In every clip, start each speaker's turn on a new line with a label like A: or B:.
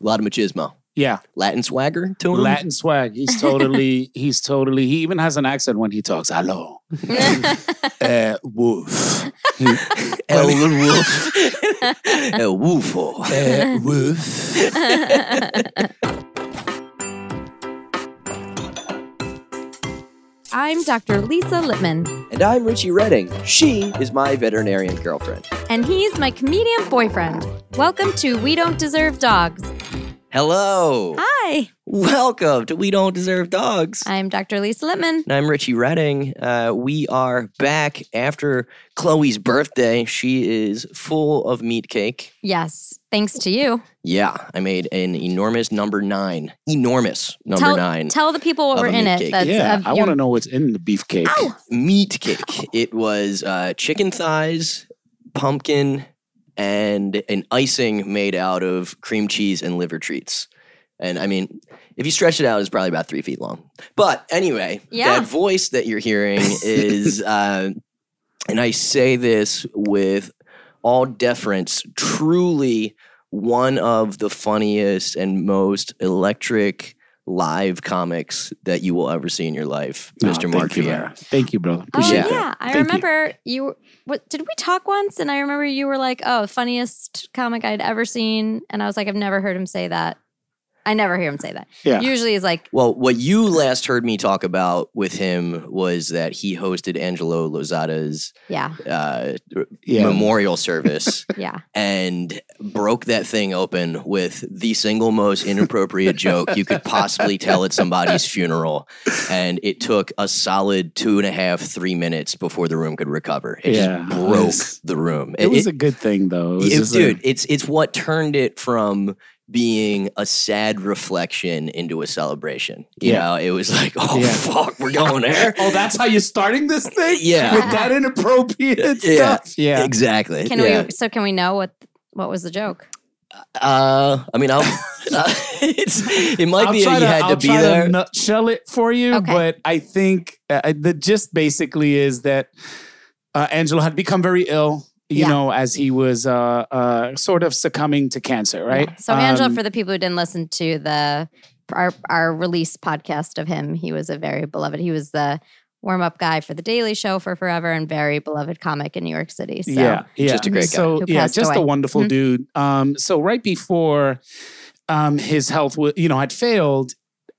A: A lot of machismo.
B: Yeah,
A: Latin swagger to him.
B: Latin swag. He's totally. he's totally. He even has an accent when he talks. Hello, uh, woof,
A: El Wolf. El Woofo.
B: uh, woof.
C: I'm Dr. Lisa Lippman,
A: And I'm Richie Redding. She is my veterinarian girlfriend.
C: and he's my comedian boyfriend. Welcome to We Don't Deserve Dogs.
A: Hello.
C: Hi,
A: Welcome to We Don't Deserve Dogs.
C: I'm Dr. Lisa Lippman.
A: And I'm Richie Redding. Uh, we are back after Chloe's birthday. She is full of meat cake.
C: Yes, thanks to you.
A: Yeah, I made an enormous number nine. Enormous number
C: tell,
A: nine.
C: Tell the people what
A: of
C: were
A: a
C: in
A: meat
C: it.
A: cake.
C: That's
B: yeah,
C: of
B: I
C: your-
B: want to know what's in the beefcake.
A: meat cake. It was uh, chicken thighs, pumpkin, and an icing made out of cream cheese and liver treats. And I mean, if you stretch it out, it's probably about three feet long. But anyway,
C: Yeah.
A: that voice that you're hearing is, uh, and I say this with all deference, truly one of the funniest and most electric live comics that you will ever see in your life,
B: No,
A: Mr. Mark
B: Oh, Thank you,
A: Vieira.
B: man. Thank you, brother.
C: Oh
B: Appreciate
C: yeah,
A: Yeah.
B: that.
C: I
B: Thank you.
C: remember you. were- What did we talk once? And I remember you were like, "Oh, funniest comic I'd ever seen," and I was like, "I've never heard him say that." I never hear him say that.
B: Yeah.
C: Usually, he's like,
A: Well, what you last heard me talk about with him was that he hosted Angelo Lozada's
C: "Yeah,
A: uh,
B: Yeah.
A: memorial service
C: yeah,
A: and broke that thing open with the single most inappropriate joke you could possibly tell at somebody's funeral. And it took a solid two and a half, three minutes before the room could recover. It
B: Yeah.
A: just broke
B: It's-
A: the room.
B: It was a good thing though. It was
A: It-
B: just a-
A: dude, it's it's what turned it from being a sad reflection into a celebration. You
B: Yeah.
A: know, it was like, oh
B: Yeah.
A: fuck, we're going there.
B: oh, that's how you're starting this thing?
A: Yeah.
B: With that inappropriate
A: Yeah.
B: stuff. Yeah.
A: Exactly.
C: Can
A: yeah.
C: we? So can we know what what was the joke?
A: Uh, I mean, I'll, uh, it's it might be
B: try
A: that you had
B: I'll
A: to be
B: try
A: there.
B: nutshell it for you,
C: Okay.
B: but I think uh, the gist basically is that uh, Angelo had become very ill. You
C: Yeah.
B: know, as he was uh, uh, sort of succumbing to cancer, right?
C: Yeah. So Angela,
B: Um,
C: for the people who didn't listen to the our our release podcast of him, he was a very beloved. He was the warm up guy for the Daily Show for forever and very beloved comic in New York City. So
B: yeah, yeah.
A: Just a great guy.
B: So
C: Who
B: yeah,
C: passed
B: just
C: away.
B: a wonderful
A: Mm-hmm.
C: Mhm.
B: dude. Um, so right before um, his health, wa- you know, had failed,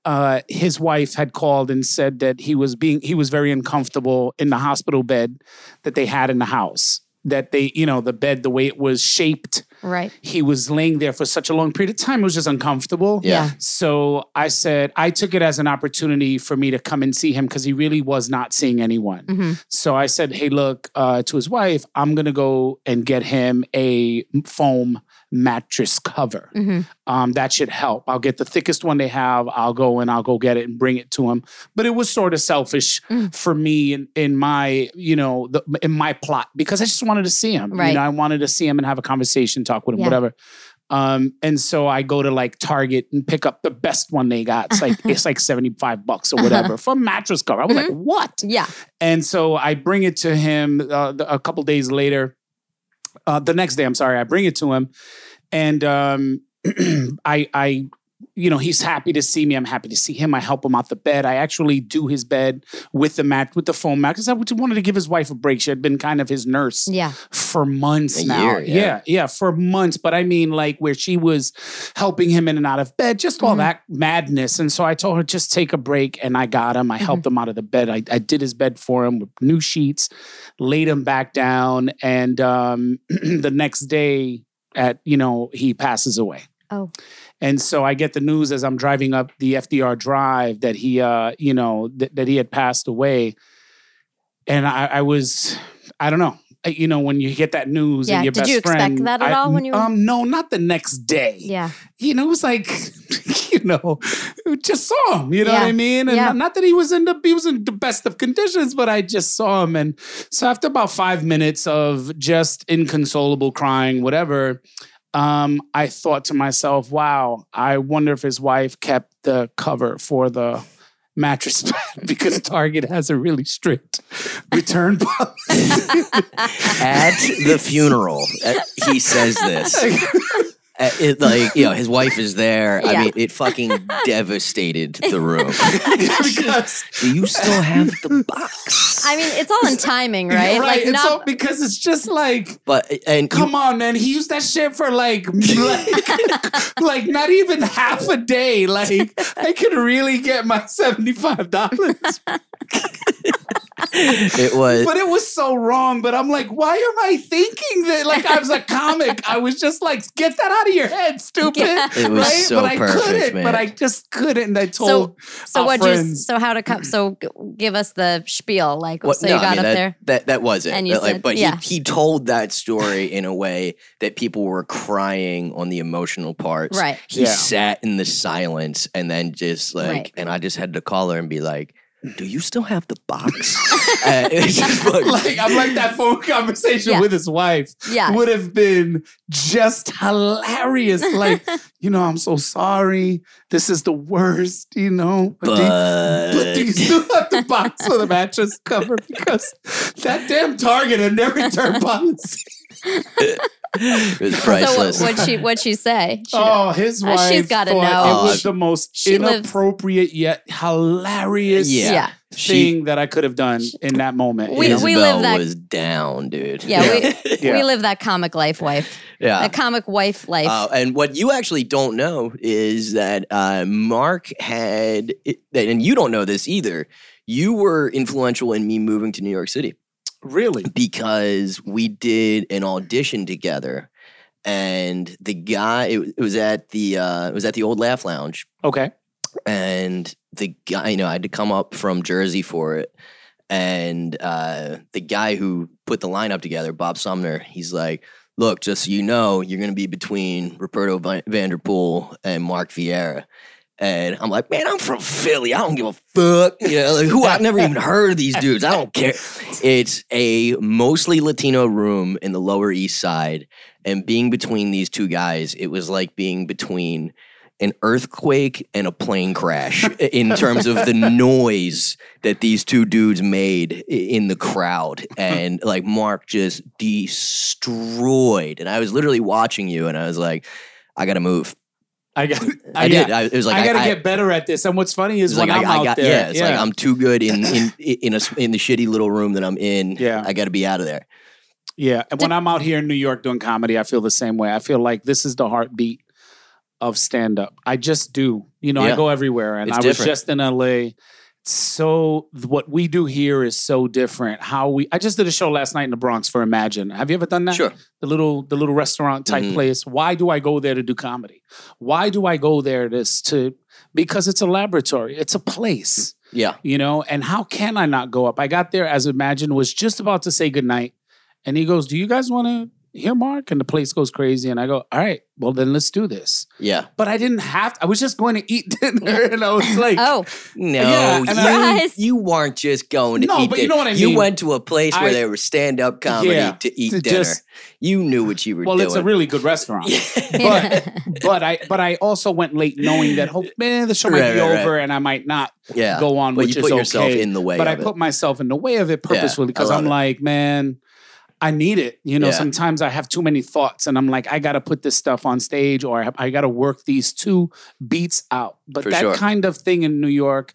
B: uh, his wife had called and said that he was being he was very uncomfortable in the hospital bed that they had in the house. That they, you know, the bed, the way it was shaped,
C: right.
B: he was laying there for such a long period of time. It was just uncomfortable.
A: Yeah.
B: So I said, I took it as an opportunity for me to come and see him because he really was not seeing anyone.
C: hmm
B: So I said, "Hey, look," uh, to his wife, "I'm gonna go and get him a foam mattress cover.
C: hmm
B: Um, that should help. I'll get the thickest one they have. I'll go and I'll go get it and bring it to him." But it was sort of selfish
C: Mm.
B: for me in, in my, you know, the, in my plot because I just wanted to see him.
C: Right.
B: You know, I wanted to see him and have a conversation, talk with him,
C: Yeah.
B: whatever. Um, and so I go to like Target and pick up the best one they got. It's like it's like seventy five bucks or whatever for a mattress cover. I was
C: Mm-hmm.
B: like, "What?"
C: Yeah.
B: And so I bring it to him uh, th- a couple days later. Uh, the next day, I'm sorry, I bring it to him, and um, I, I, you know, he's happy to see me. I'm happy to see him. I help him out the bed. I actually do his bed with the mat, with the foam mat, because I would- wanted to give his wife a break. She had been kind of his nurse
C: Yeah.
B: for months
A: A
B: now.
A: year,
B: yeah.
A: yeah.
B: yeah, for months. But I mean, like where she was helping him in and out of bed, just all
A: Mm-hmm.
C: Mhm.
B: that madness. And so I told her just take a break, and I got him. I
A: Mm-hmm.
B: helped him out of the bed. I, I did his bed for him with new sheets, laid him back down, and um, the next day, at you know, he passes away.
C: Oh.
B: And so I get the news as I'm driving up the FDR Drive that he, uh, you know, th- that he had passed away, and I, I was, I don't know, Uh, you know, when you get that news,
C: Yeah.
B: and your
C: Did
B: best
C: you expect
B: friend-
C: that at
B: I-
C: all when you were-
B: Um, no, not the next day.
C: Yeah.
B: You know, it was like, you know, just saw him. You know what
C: Yeah.
B: I mean? And
C: Yeah.
B: not, not that he was in the he was in the best of conditions, but I just saw him, and so after about five minutes of just inconsolable crying, whatever um, I thought to myself, wow, I wonder if his wife kept the cover for the mattress pad because Target has a really strict return policy.
A: At the funeral, uh, he says this. uh, it, like you know, his wife is there. I
C: Yeah.
A: mean, it fucking devastated the room.
B: because
A: Do you still have the box?
C: I mean, it's all in timing, right?
B: right,
C: Like
B: it's
C: not
B: all- because it's just like
A: but and you-
B: Come on, man. He used that shit for like, like, like not even half a day. Like, I could really get my seventy-five dollars, but
A: it was
B: it was so wrong. But I'm like, why am I thinking that? Like, I was a comic. I was just like, get that out of your head, stupid.
C: Yeah.
A: It was so
B: but I
A: perfect,
B: couldn't.
A: man.
B: But I just couldn't. And I told.
C: so. So
B: our
C: what? You,
B: friends-
C: so how to come? So g- give us the spiel. Like
A: What-
C: so
A: no,
C: you
A: I
C: got
A: mean,
C: up
A: that,
C: there.
A: That that wasn't.
C: and you
A: But, like,
C: said-
A: but
C: yeah.
A: he he told that story in a way that people were crying on the emotional parts.
C: Right.
A: He
B: Yeah.
A: sat in the silence and then just like
C: Right.
A: and I just had to call her and be like, Do you still have the box? Uh, it was just like-
B: Like I'm like that phone conversation
C: Yeah.
B: with his wife
C: Yeah.
B: would have been just hilarious. Like, you know, I'm so sorry. This is the worst, you know. But do you- But do you still have to box for the mattress cover? Because that damn Target and their return policy.
A: it was
C: so what,
A: priceless.
C: what'd she? What'd she say? She-
B: Oh, his
C: Uh,
B: wife.
C: she's gotta
B: thought
C: know.
B: It was the most
C: She lives-
B: inappropriate yet hilarious
A: Yeah.
C: yeah.
A: she
B: thing that I could have done in that moment.
C: We-
B: you
A: Isabel
B: know?
C: we live that-
A: was down, dude.
C: Yeah, we-
B: Yeah.
C: We live that comic life, wife.
A: yeah.
C: that comic wife life.
A: Uh,
B: Oh,
A: and what you actually don't know is that uh, Mark had, it- and you don't know this either. You were influential in me moving to New York City
B: really.
A: because we did an audition together, and the guy it, it was at the uh, it was at the old Laugh Lounge,
B: Okay.
A: and the guy you know I had to come up from Jersey for it, and uh, the guy who put the lineup together, Bob Sumner, he's like, "Look, just so you know, you're going to be between Roberto Van- Vanderpool and Mark Vieira." And I'm like, man, I'm from Philly. I don't give a fuck. You know, like who I've never even heard of these dudes. I don't care. It's a mostly Latino room in the Lower East Side. And being between these two guys, it was like being between an earthquake and a plane crash in terms of the noise that these two dudes made i- in the crowd. And like Mark just destroyed. And I was literally watching you and I was like, I gotta move.
B: I got.
A: I
B: yeah.
A: did. I, it was like
B: I gotta
A: I-
B: get better at this. And what's funny is
A: it's
B: when
A: like
B: I'm
A: I, I
B: out
A: got
B: there,
A: yeah, it's like I'm too good in in in a s- in the shitty little room that I'm in.
B: Yeah.
A: I got to be out of there.
B: Yeah. And when
C: Did-
B: I'm out here in New York doing comedy, I feel the same way. I feel like this is the heartbeat of stand up. I just do. You know,
A: Yeah.
B: I go everywhere. And
A: It's
B: I
A: different.
B: was just in LA. So th- what we do here is so different. How we I just did a show last night in the Bronx for Imagine. Have you ever done that?
A: Sure.
B: The little the little restaurant type
A: Mhm.
B: place. Why do I go there to do comedy? Why do I go there this to because it's a laboratory. It's a place
A: Yeah,
B: you know and how can i not go up i got there as imagine was just about to say goodnight and he goes do you guys want to hear mark and the place goes crazy and i go all right well then let's do this
A: yeah.
B: but i didn't have to, i was just going to eat dinner and i was like
C: oh,
A: No,
B: Yeah, and
A: you,
C: I-
A: you weren't just going to
B: No,
A: eat.
B: but you
A: dinner.
B: know what I
A: You
B: mean.
A: went to a place where
B: I-
A: they were stand up comedy
B: Yeah,
A: to eat
B: to
A: dinner.
B: just-
A: you knew what you were
B: well
A: doing.
B: it's a really good restaurant but but i but i also went late knowing that hope man the show might
A: Right,
B: be
A: right, right.
B: over and i might not
A: yeah,
B: go on
A: but
B: which
A: you
B: is
A: put yourself
B: okay
A: in the way.
B: but I
A: of it.
B: put myself in the way of it
A: Yeah, I
B: purposefully because
A: love
B: I'm
A: it.
B: like, man, I need it. You know,
A: Yeah.
B: sometimes I have too many thoughts and I'm like, I got to put this stuff on stage or I- I got to work these two beats out. But
A: For
B: that
A: sure.
B: kind of thing in New York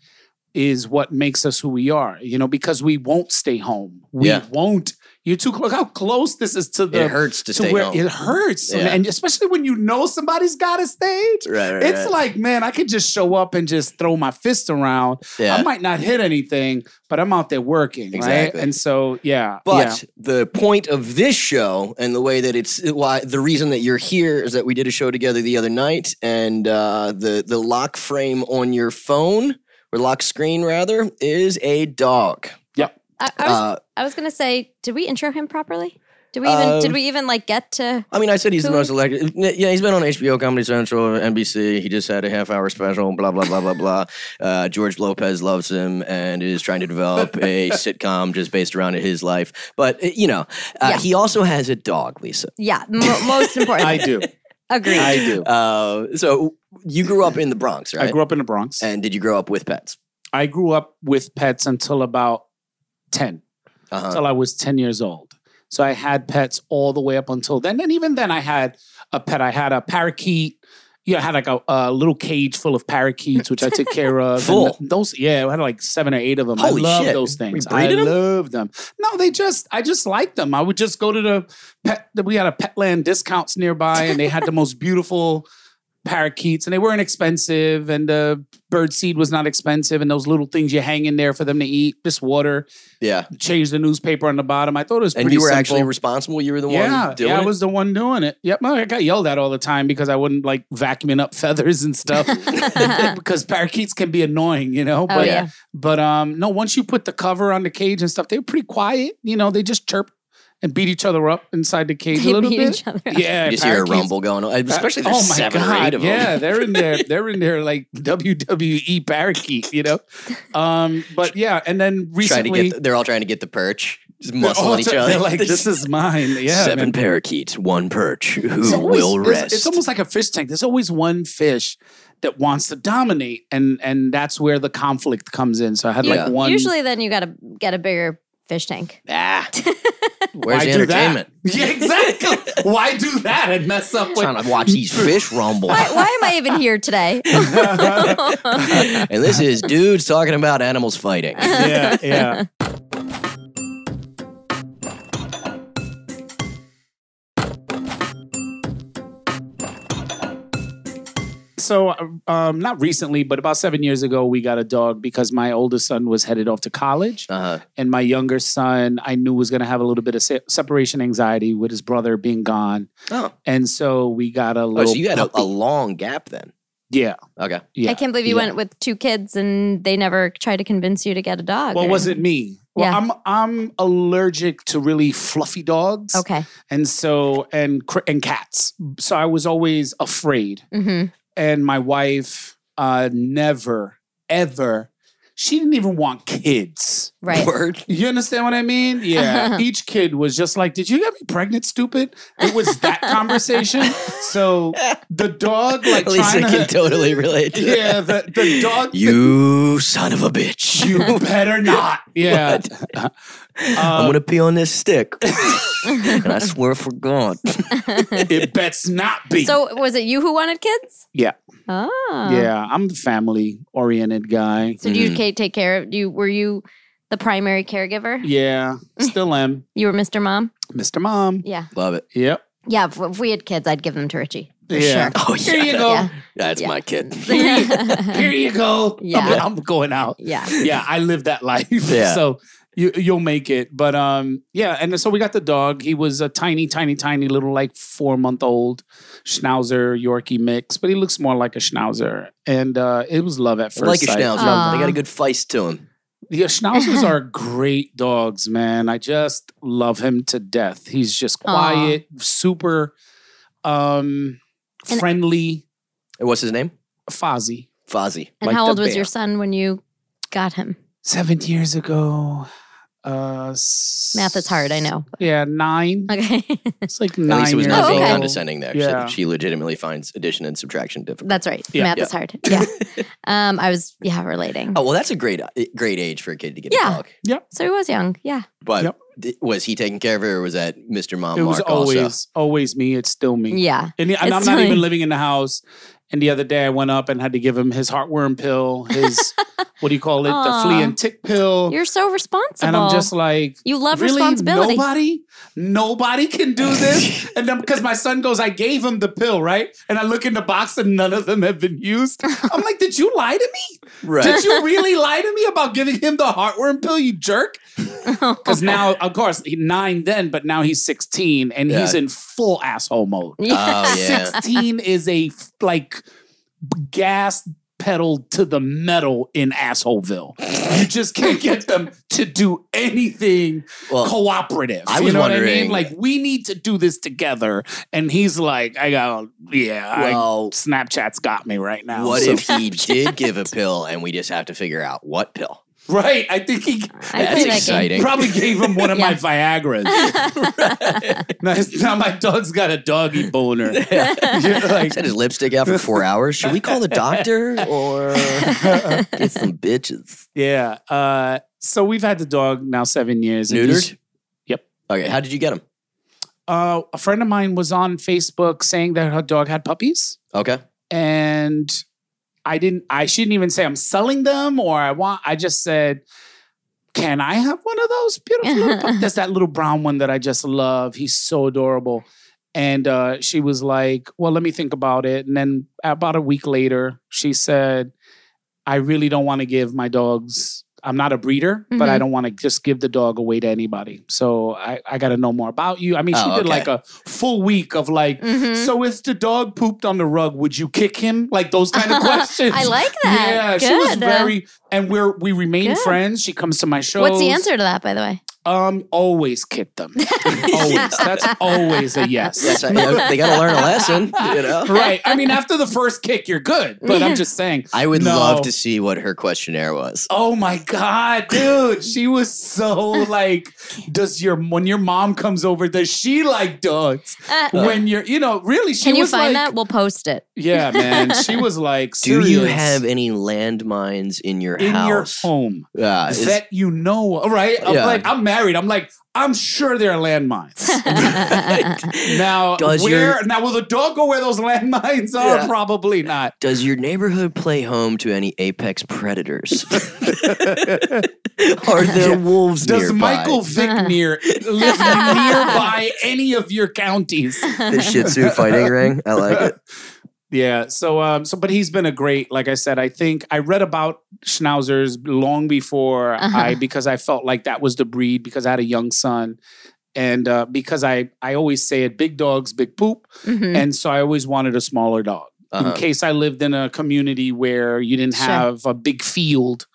B: is what makes us who we are, you know, because we won't stay home. We
A: Yeah.
B: won't. You're too close. How close this is to the.
A: it hurts to,
B: to
A: stay
B: where
A: home.
B: it hurts.
A: Yeah.
B: And especially when you know somebody's got a stage.
A: right, right,
B: It's
A: right.
B: like, man, I could just show up and just throw my fist around
A: yeah.
B: I might not hit anything, but I'm out there working,
A: Exactly.
B: right? And so, yeah,
A: But the point of this show and the way that it's why the reason that you're here is that we did a show together the other night, and uh, the the lock frame on your phone or lock screen rather is a dog.
C: I, I was,
A: Uh,
C: I was gonna say, did we intro him properly? Did we even?
A: Um,
B: Uh,
C: did we even like get to?
A: I mean, I said he's the
C: Who-
A: most elected. Yeah, he's been on HBO, Comedy Central, NBC. He just had a half hour special. Blah blah blah blah blah. Uh, George Lopez loves him and is trying to develop a sitcom just based around his life. But uh, you know, uh,
C: Yeah.
A: he also has a dog, Lisa.
C: Yeah, mo- most
B: yeah, I
C: important.
B: do,
C: Agreed.
B: I do.
A: Uh, so you grew up in the Bronx, right?
B: I grew up in the Bronx.
A: and did you grow up with pets?
B: I grew up with pets until about ten,
A: Uh-huh.
B: until I was ten years old. So I had pets all the way up until then, and even then, I had a pet. I had a parakeet. Yeah, I had like a, a little cage full of parakeets, which I took care of. And
A: Full.
B: th- those, yeah, I had like seven or eight of them.
A: Holy
B: I love
A: shit.
B: those things.
A: We
B: I
A: breeded 'em?
B: love them. No, they just, I just liked them. I would just go to the pet. We had a Petland discounts nearby, and they had the most beautiful parakeets, and they weren't expensive, and the bird seed was not expensive, and those little things you hang in there for them to eat, just water.
A: Yeah.
B: Change the newspaper on the bottom. I thought it was
A: And
B: pretty
A: you were
B: simple
A: actually responsible. You were the
B: yeah,
A: one doing
B: yeah, I
A: it?
B: was the one doing it. Yep, well, I got yelled at all the time because I wouldn't like vacuuming up feathers and stuff because parakeets can be annoying, you know.
C: oh
B: But
C: yeah.
B: but um, no, once you put the cover on the cage and stuff, they were pretty quiet. You know, they just chirp and beat each other up inside the cage
C: They
B: a little
C: beat
B: bit.
C: each other. up.
B: Yeah,
A: you see a
B: parakeets-
A: rumble going on, especially there's seven or eight of them.
B: oh Yeah, they're in there. They're in there like WWE parakeet, you know. Um, but yeah, and then
A: Trying to
B: recently
A: get the- they're all trying to get the perch, just
B: they're all
A: muscling each
B: t-
A: other.
B: They're like, "This is mine." Yeah,
A: seven
B: man.
A: parakeets, one perch.
B: It's
A: Who
B: always-
A: will
B: it's-
A: rest?
B: It's, almost like a fish tank. There's always one fish that wants to dominate, and and that's where the conflict comes in. So I had
A: Yeah.
B: like one.
C: Usually, then you got to get a bigger fish tank.
A: ah. Where's
B: Why
A: the
B: do that?
A: entertainment?
B: yeah, exactly. Why do that and mess up with?
A: Trying to watch these fish rumble.
C: Why, why am I even here today?
A: and this is dudes talking about animals fighting.
B: yeah, yeah. So, um, not recently, but about seven years ago, we got a dog because my oldest son was headed off to college
A: Uh,
B: and my younger son i knew was going to have a little bit of se- separation anxiety with his brother being gone
A: oh.
B: and so we got a
A: oh,
B: little
A: so you had a, a
B: puppy.
A: long gap then.
B: yeah
A: Okay.
B: yeah
C: I can't believe you
B: yeah.
C: went with two kids and they never tried to convince you to get a dog.
B: well
C: or
B: it wasn't me well
C: Yeah.
B: i'm i'm allergic to really fluffy dogs
C: anything. Okay.
B: and so and cr- and cats so i was always afraid
C: hmm
B: and my wife uh never ever she didn't even want kids
C: Right.
A: Word.
B: You understand what I mean? Yeah. Each kid was just like, Did you get me pregnant, stupid? It was that conversation. So the dog, like,
A: Lisa
B: trying
A: can
B: to.
A: totally relate. To that.
B: Yeah, the, the dog.
A: You son of a bitch.
B: you better not. Yeah.
A: I'm
B: Um,
A: gonna pee on this stick, and I swear for God.
B: It bets not be.
C: So was it you who wanted kids?
B: Yeah.
C: Oh.
A: uh-huh.
B: yeah, Mm-hmm. I'm the family oriented guy.
C: So do you
A: Mhm.
C: ca- take care of do you were you the primary caregiver?
B: Yeah, still am.
C: You were Mr. Mom?
B: Mr. Mom.
C: Yeah.
A: Love it.
B: Yep.
C: Yeah, if, if we had kids, I'd give them to Richie. For
B: Yeah.
A: Oh yeah.
B: Here you
A: that-
B: go.
C: Yeah.
A: That's
C: Yeah.
A: my kid.
B: Here
C: sure.
B: you go. I'm-
C: Yeah.
B: I'm going out.
C: yeah.
B: yeah, I live that life.
A: Yeah.
B: So you you'll make it. But um yeah, and so we got the dog. He was a tiny, tiny, tiny little like four month old schnauzer Yorkie mix, but he looks more like a schnauzer. And uh it was love at
A: I
B: first
A: like a
B: sight.
A: schnauzer.
C: Aw.
A: They got a good feist to him.
B: Yeah, schnauzers are great dogs, man. I just love him to death. He's just quiet, super um
C: And-
B: friendly,
A: And what's his name?
B: Fozzie.
A: Fozzie.
C: And
B: Like
C: how
B: the
C: old was
B: bear.
C: your son when you got him?
B: Seven years ago. Uh, s-
C: Math is hard, I know.
B: Yeah, nine.
C: Okay.
B: It's like
A: At
B: nine
A: least it was
B: years
A: not being
C: okay.
B: old.
A: condescending there. She-
B: Yeah.
A: She, legitimately finds addition and subtraction difficult.
C: That's right.
B: Yeah.
C: Math is hard. Yeah. um, I was yeah, relating.
A: Oh well, that's a great great age for a kid to get
C: Yeah.
A: a dog.
C: So he was young. Yeah.
A: But
B: Yep.
A: d- was he taking care of her, or was that Mr. Mom
B: It was
A: Mark
B: always
A: also?
B: always me. It's still me.
C: Yeah.
B: And, and I'm
C: It's
B: not
C: funny.
B: even living in the house. And the other day I went up and had to give him his heartworm pill, his what do you call it? The flea
C: Aw.
B: and tick pill.
C: You're so responsible.
B: and I'm just like
C: you love
B: really,
C: responsibility.
B: Nobody, nobody can do this. and then because my son goes, I gave him the pill, right? And I look in the box and none of them have been used. I'm like, did you lie to me?
A: Right.
B: Did you really lie to me about giving him the heartworm pill, you jerk? Because now, of course, he nine then, but now he's 16 and he's
A: Yeah.
B: in full asshole mode.
C: Yeah.
A: Oh yeah.
B: 16 is a f- like b- gas pedal to the metal in assholeville. You just can't get them to do anything
A: Well,
B: cooperative.
A: I
B: you
A: was
B: know what Oh. I mean?
A: wondering-
B: Like we need to do this together. And he's like, I got yeah, I-
A: well,
B: Snapchat's got me right now.
A: what
B: So-
A: if he did give a pill, and we just have to figure out what pill?
B: right? I think he
C: I
A: That's
C: play that game.
A: exciting.
B: probably gave him one of my Viagra's. now, it's- now my dog's got a doggy boner. You're like,
A: Set his lipstick out for four hours. Should we call the doctor or get some bitches
B: Yeah. Uh, so we've had the dog now seven years. and he's-
A: neutered?
B: Yep.
A: Okay. How did you get him?
B: uh, a friend of mine was on Facebook saying that her dog had puppies,
A: Okay.
B: and I didn't. I shouldn't even say I'm selling them or I want. I just said, "Can I have one of those beautiful?" Little pup-" That's that little brown one that I just love. He's so adorable. And uh, she was like, "Well, let me think about it." And then about a week later, she said, "I really don't want to give my dogs." I'm not a breeder, but I
A: Mm-hmm.
C: Mhm.
B: don't want to just give the dog away to anybody. So I, I got to know more about you. I mean, she
A: Oh,
B: did
A: okay.
B: like a full week of like,
C: Mhm.
B: so if the dog pooped on the rug, would you kick him? Like those kind of questions.
C: I like that.
B: Yeah,
C: Good.
B: she was very, and we're we remain
C: Good.
B: friends. She comes to my shows.
C: What's the answer to that, by the way?
B: Um, always kick them. always. That's always a
A: Yes,
B: yes.
A: I, they got to learn a lesson. You know.
B: right. I mean, after the first kick, you're good. But I'm just saying.
A: I would
B: No.
A: love to see what her questionnaire was.
B: Oh my god, dude! She was so like, does your when your mom comes over, does she like dogs?
C: Uh,
B: When you're, you know, really, she
C: can you
B: was
C: find
B: like,
C: that? We'll post it.
B: Yeah, man, she was like,
A: Do you
B: serious.
A: have any landmines in your
B: in your
A: house? Uh,
B: home
A: Yeah, it's-
B: that you know? All right, I'm
A: Yeah.
B: like, I'm married. I'm like, I'm sure there are landmines. Now,
A: Does
B: where
A: your-
B: now will the dog go where those landmines are?
A: Yeah.
B: Probably not.
A: Does your neighborhood play home to any apex predators? Are there wolves
B: Does
A: nearby?
B: Michael Vick near live nearby any of your counties?
A: the Shih Tzu fighting ring? I like it.
B: Yeah. So, um, so, but he's been a great, like I said, I think I read about schnauzers long before
C: Uh-huh.
B: I, because I felt like that was the breed because I had a young son. And uh, because I, I always say it, big dogs, big poop.
C: Mhm.
B: And so I always wanted a smaller dog
A: Uh-huh.
B: in case I lived in a community where you didn't
C: Sure.
B: have a big field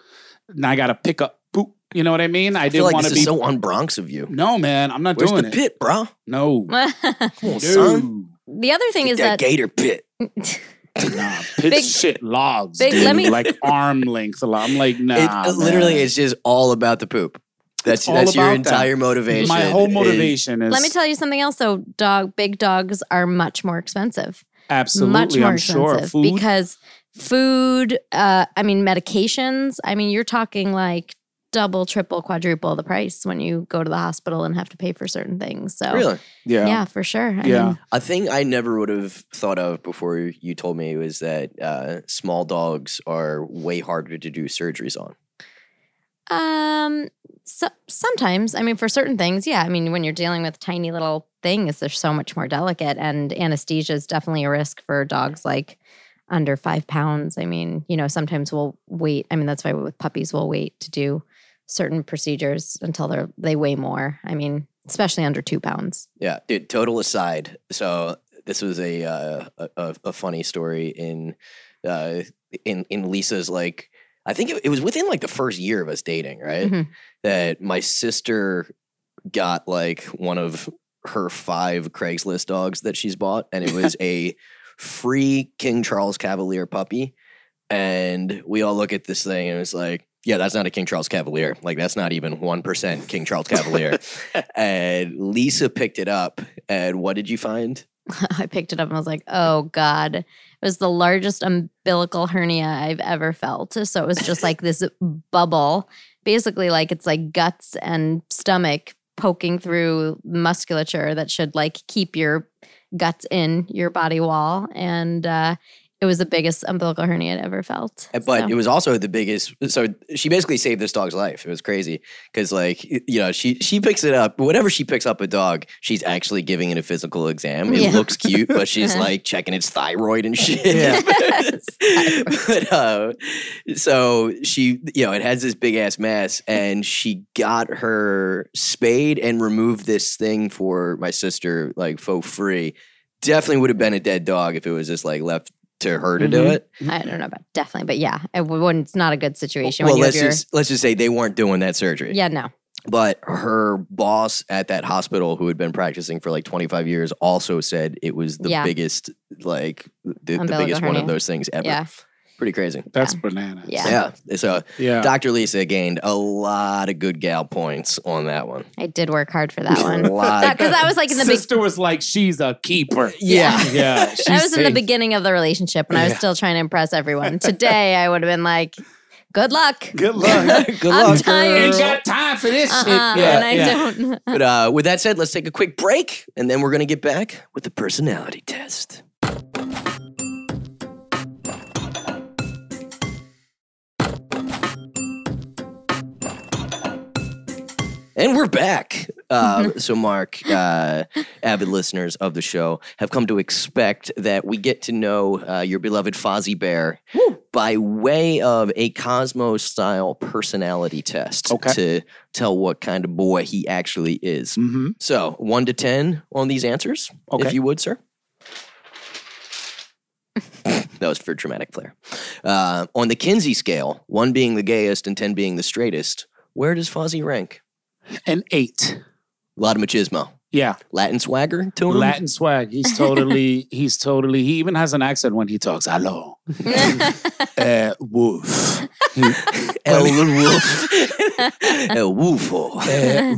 B: and I got to pick up poop. You know what I mean?
A: I
B: I,
A: feel
B: didn't
A: like
B: want
A: this
B: to
A: is
B: be.
A: so on Bronx of you.
B: no, man, I'm not
A: Where's
B: doing
A: the
B: it.
A: pit, bro?
B: No.
A: Come on, son.
B: No.
C: the other thing
A: Get
C: is
A: that,
C: that
A: gator pit.
B: Nah, pitch
C: Big-
B: shit logs.
C: big-
B: dude,
C: let me-
B: like arm length. lo- I'm like, nah.
A: It-
B: man.
A: it literally is just all about the poop. That's
B: all
A: that's your
B: about that.
A: entire motivation.
B: My whole
A: is-
B: motivation is
C: let me tell you something else though dog big dogs are much more expensive
B: absolutely.
C: much more
B: I'm sure
C: expensive
B: food.
C: because food uh, i mean medications i mean you're talking like double triple quadruple the price when you go to the hospital and have to pay for certain things so
A: Really?
C: yeah.
B: yeah.
C: for sure I
B: Yeah.
C: mean,
A: A thing I never would have thought of before you told me was that uh, small dogs are way harder to do surgeries on.
C: um so, sometimes i mean for certain things yeah i mean when you're dealing with tiny little things they're so much more delicate and anesthesia is definitely a risk for dogs like under five pounds i mean you know sometimes we'll wait i mean that's why with puppies we'll wait to do certain procedures until they're they weigh more i mean especially under two pounds
A: Yeah, dude. Total aside. So this was a uh, a- a, a funny story in uh, in in Lisa's like I think it, it was within like the first year of us dating, right?
C: Mhm.
A: That my sister got like one of her five Craigslist dogs that she's bought, and it was a free King Charles Cavalier puppy. And we all look at this thing and it's like, yeah, that's not a King Charles Cavalier. Like, that's not even 1% King Charles Cavalier. and Lisa picked it up. And what did you find?
C: i picked it up and i was like oh god it was the largest umbilical hernia i've ever felt so it was just like this bubble basically like it's like guts and stomach poking through musculature that should like keep your guts in your body wall and uh it was the biggest umbilical hernia I'd ever felt.
A: Uh, But
C: So-
A: it was also the biggest. So she basically saved this dog's life. It was crazy because, like, y- you know, she she picks it up. Whenever she picks up a dog, she's actually giving it a physical exam. It
C: Yeah.
A: looks cute, but she's
C: Uh-huh.
A: like checking its thyroid and shit.
B: Yeah.
A: but uh, so she, you know, it has this big ass
C: Mm.
A: mass, and she got her spade and removed this thing for my sister, like for free. Definitely would have been a dead dog if it was just like left to her to do
B: Mhm.
A: it.
C: I don't know about definitely, but yeah, it wouldn't, it's not a good situation
A: Well,
C: when you have
A: let's
C: your,
A: just let's just say they weren't doing that surgery.
C: yeah, no.
A: But her boss at that hospital, who had been practicing for like 25 years, also said it was the
C: Yeah.
A: biggest, like the, the
C: Umbilical
A: biggest one of
C: hernia.
A: those things ever.
C: Yeah.
A: Pretty crazy.
B: That's bananas.
C: Yeah.
A: Yeah. So
B: Yeah.
A: Dr. Lisa gained a lot of good gal points on that one.
C: I did work hard for that one.
A: A lot.
C: Because that was like in the big,
B: Sister was like, she's a keeper.
A: yeah.
B: Yeah. she's
C: that was in the
B: safe.
C: beginning of the relationship when I was
B: Yeah.
C: still trying to impress everyone. Today, I would have been like, good luck.
B: Good luck.
A: Good
C: I'm
A: luck.
C: tired.
B: Ain't
A: girl.
B: got time for this
C: Uh-uh,
B: shit. Yeah,
C: and I
B: yeah.
C: don't.
A: But uh, with that said, let's take a quick break, and then we're gonna get back with the personality test. And we're back. Uh, so, Mark, uh, avid listeners of the show have come to expect that we get to know uh, your beloved Fozzie Bear by way of a Cosmo style personality test
B: Okay.
A: to tell what kind of boy he actually is.
B: Mm-hmm.
A: So, one to 10 on these answers,
B: Okay.
A: if you would, sir. that was for dramatic flair. Uh, on the Kinsey scale, one being the gayest and 10 being the straightest, where does Fozzie rank?
B: An eight.
A: A lot of machismo.
B: Yeah.
A: Latin swagger to him?
B: Latin swag. He's totally, he's totally, he even has an accent when he talks. Hello. Uh, woof.
A: El Wolf. El Wolfo.
B: Uh,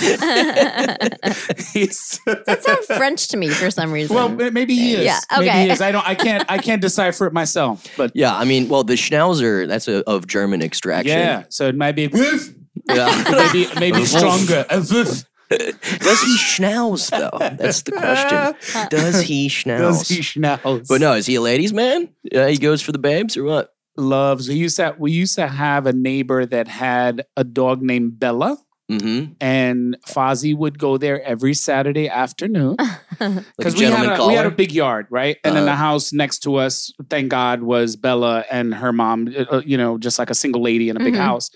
B: He's-
C: that sounds French to me for some reason.
B: well, ma- maybe he is.
C: Yeah,
B: Maybe
C: okay.
B: he is. I don't, I can't, I can't decipher it myself, but
A: Yeah, I mean, well, the Schnauzer, that's a, of German extraction.
B: yeah. So it might be woof.
A: Yeah.
B: Maybe, maybe
A: Woof.
B: stronger. A woof.
A: Does he schnauz, though? That's the question. Does he schnauz?
B: Does he schnauz?
A: But no, is he a ladies' man? Yeah, he goes for the babes or what?
B: loves. We used to we used to have a neighbor that had a dog named Bella,
A: Mm-hmm.
B: and Fozzie would go there every Saturday afternoon
A: Like a
B: we had
A: gentleman
B: a, we had a
A: caller.
B: big yard, right? And then the
A: Uh-huh.
B: house next to us, thank God, was Bella and her mom. uh, uh, You know, just like a single lady in a big
A: Mm-hmm.
C: Mhm.
B: house,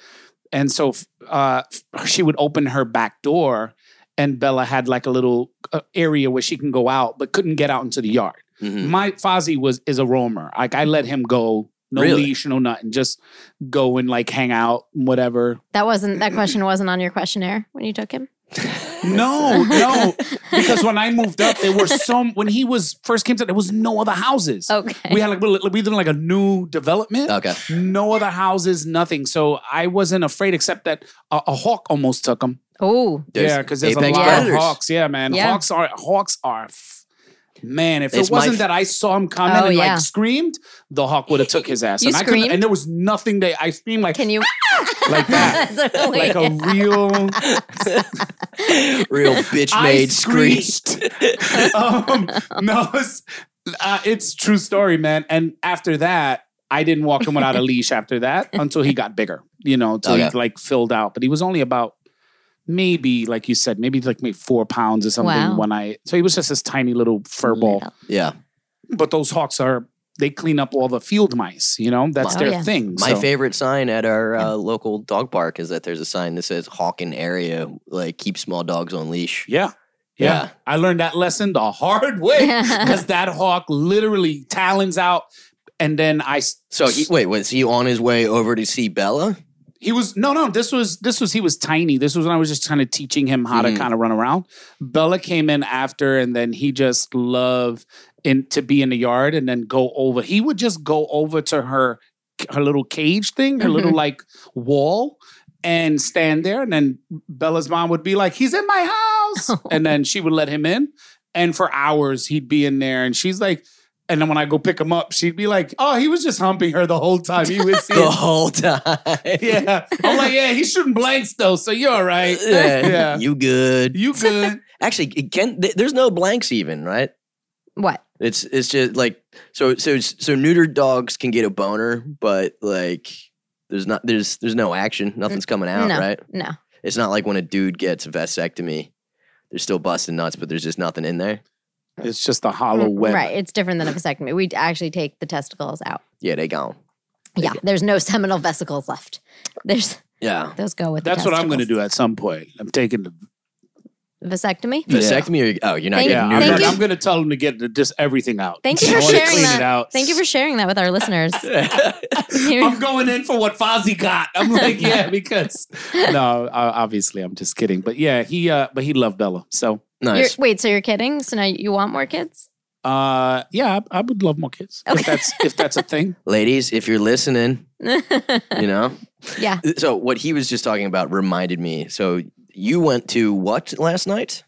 B: and so f- uh, f- she would open her back door. And Bella had like a little uh, area where she can go out, but couldn't get out into the yard.
A: Mhm.
B: my Fozzie was is a roamer. Like I let him go, no
A: Really?
B: leash, no nothing, just go and like hang out, whatever.
C: that wasn't that question wasn't on your questionnaire when you took him.
B: No, no, because when I moved up, there were some. When he was first came to, there was no other houses.
C: Okay.
B: We had like we lived in like a new development.
A: Okay.
B: No other houses, nothing. So I wasn't afraid, except that a, a hawk almost took him.
C: oh,
A: There's
B: yeah, because there's a lot
A: apex
B: of
A: predators.
B: hawks. Yeah, man,
C: Yeah.
B: hawks are hawks are. f- Man, if
A: It's
B: it
A: my
B: wasn't
A: f-
B: that I saw him coming
C: Oh,
B: and
C: yeah.
B: like screamed, the hawk would have took his ass.
C: You
B: and I couldn't-
C: screamed?
B: and there was nothing that I screamed like
C: can you?
B: like that,
C: That's a really-
B: like a real.
A: Real bitch
B: I
A: made scream.
B: screeched. um, no, it's, uh, it's true story, man. And after that, I didn't walk him without a leash. After that, until he got bigger, you know, until
A: Okay.
B: he like filled out. But he was only about maybe, like you said, maybe like maybe four pounds or something
C: Wow.
B: when I. So he was just this tiny little fur ball.
C: Little.
A: Yeah.
B: But those hawks are they clean up all the field mice. You know, that's
A: Wow.
B: their
C: Oh, yeah.
B: thing.
A: My
B: so-
A: favorite sign at our
C: Yeah.
A: uh, local dog park is that there's a sign that says "Hawking area, like keep small dogs on leash."
B: Yeah. Yeah.
A: Yeah.
B: I learned that lesson the hard way because that hawk literally talons out. And then I, s-
A: So he, wait, was he on his way over to see Bella?
B: he was, no, no, this was, this was, he was tiny. This was when I was just kind of teaching him how
A: Mhm.
B: to kind of run around. Bella came in after, and then he just loved in, to be in the yard and then go over. He would just go over to her, her little cage thing, her little like wall. And stand there, and then Bella's mom would be like, "He's in my house," and then she would let him in. And for hours, he'd be in there, and she's like, and then when I go pick him up, she'd be like, "Oh, he was just humping her the whole time. He was
A: The whole time.
B: yeah." I'm like, "Yeah, he's shooting blanks though, so you're all right.
A: Yeah.
B: Yeah.
A: You good?
B: You good?
A: Actually, it can th- there's no blanks even, right?
C: What?
A: It's it's just like so so so neutered dogs can get a boner, but like there's not there's there's no action. Nothing's coming out,
C: no.
A: right?
C: No.
A: It's not like when a dude gets a vasectomy, they're still busting nuts, but there's just nothing in there.
B: It's just a hollow
C: Mm,
B: web.
C: Right. It's different than a vasectomy. We actually take the testicles out.
A: Yeah, they gone.
C: Yeah. There's no seminal vesicles left. There's
A: Yeah.
C: those go with. the
B: That's what I'm going to
C: testicles.
B: do at some point. I'm taking the.
C: Vasectomy.
B: Yeah.
A: Vasectomy or oh, you're not
C: Thank-
A: getting
B: Yeah,
A: neutered.
B: I'm,
C: thank
B: gonna-
C: you.
B: I'm going to tell him to get the, just everything out.
C: Thank you
B: I
C: for
B: wanna
C: sharing
B: clean
C: that.
B: It out.
C: Thank you for sharing that with our listeners.
B: I'm going in for what Fozzie got. I'm like, yeah, because no, uh, obviously, I'm just kidding. But yeah, he, uh, but he loved Bella. So,
C: You're-
A: nice.
C: wait, so you're kidding? So now you want more kids?
B: uh, yeah, I, I would love more kids
C: Okay.
B: if that's if that's a thing.
A: Ladies, if you're listening, you know.
C: yeah.
A: So what he was just talking about reminded me. So you went to what last night?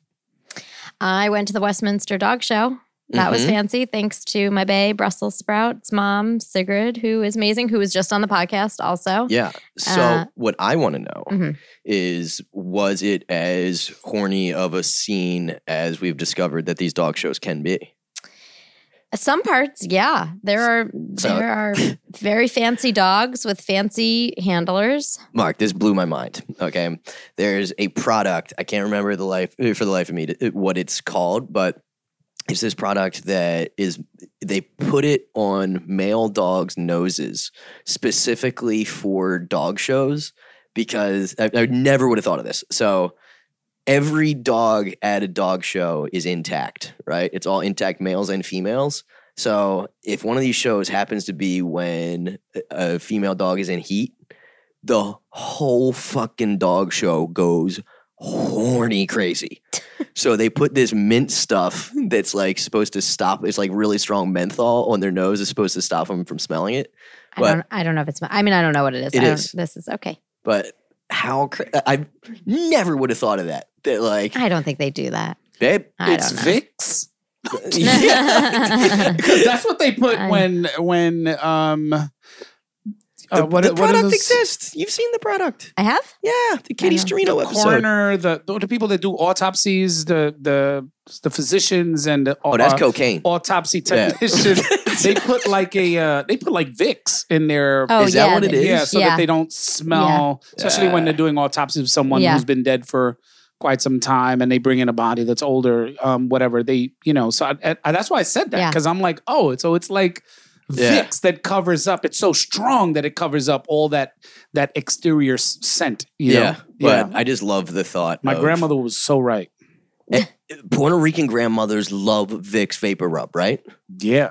C: I went to the Westminster Dog Show. That was
B: Mm-hmm.
A: Mhm.
C: fancy. Thanks to my bae, Brussels sprouts mom, Sigrid, who is amazing, who was just on the podcast also.
A: Yeah. So
C: Uh,
A: what I want to know
C: Mhm.
A: is was it as horny of a scene as we've discovered that these dog shows can be?
C: Some parts, yeah. There are
A: So-
C: there are very fancy dogs with fancy handlers.
A: Mark, this blew my mind. Okay. There's a product, I can't remember the life uh, for the life of me to- what it's called, but it's this product that is they put it on male dogs' noses specifically for dog shows because I, I never would have thought of this. So every dog at a dog show is intact, right? It's all intact males and females. So if one of these shows happens to be when a- a female dog is in heat, the whole fucking dog show goes horny crazy. so they put this mint stuff that's like supposed to stop, it's like really strong menthol on their nose, is supposed to stop them from smelling it.
C: I
A: What?
C: don't I don't know if it's I mean I don't know what it is.
A: It
C: I don't,
A: is.
C: This is okay.
A: But how cra- I I never would have thought of that. That like,
C: I don't think they do that.
A: babe,
C: I
B: it's
C: don't know.
B: Vicks.
A: yeah.
B: Because that's what they put
C: I-
B: when when um uh,
A: the,
B: what,
A: the
B: what are
A: product
B: those-
A: exists. You've seen the product.
C: I have?
A: Yeah, the Kitty
C: know.
A: Storino episode.
B: coroner, the the people that do autopsies, the the the physicians and the,
A: Oh, that's
B: uh,
A: cocaine.
B: autopsy
A: Yeah.
B: technician. they put like a uh, they put like Vicks in their
C: Oh
A: Is
C: yeah.
A: that what it
C: the-
A: is?
B: yeah, so
C: yeah.
B: that they don't smell, especially when they're doing autopsies of someone
C: Yeah.
B: who's been dead for quite some time, and they bring in a body that's older, um, whatever they you know. So I, I, that's why I said that
C: Yeah.
B: because I'm like, oh, so it's like.
A: Yeah.
B: Vicks that covers up. It's so strong that it covers up all that that exterior s- scent. You
A: yeah,
B: know?
A: but I just love the thought.
B: My
A: of-
B: grandmother was so right.
A: Puerto Rican grandmothers love Vicks Vapor Rub, right?
B: Yeah,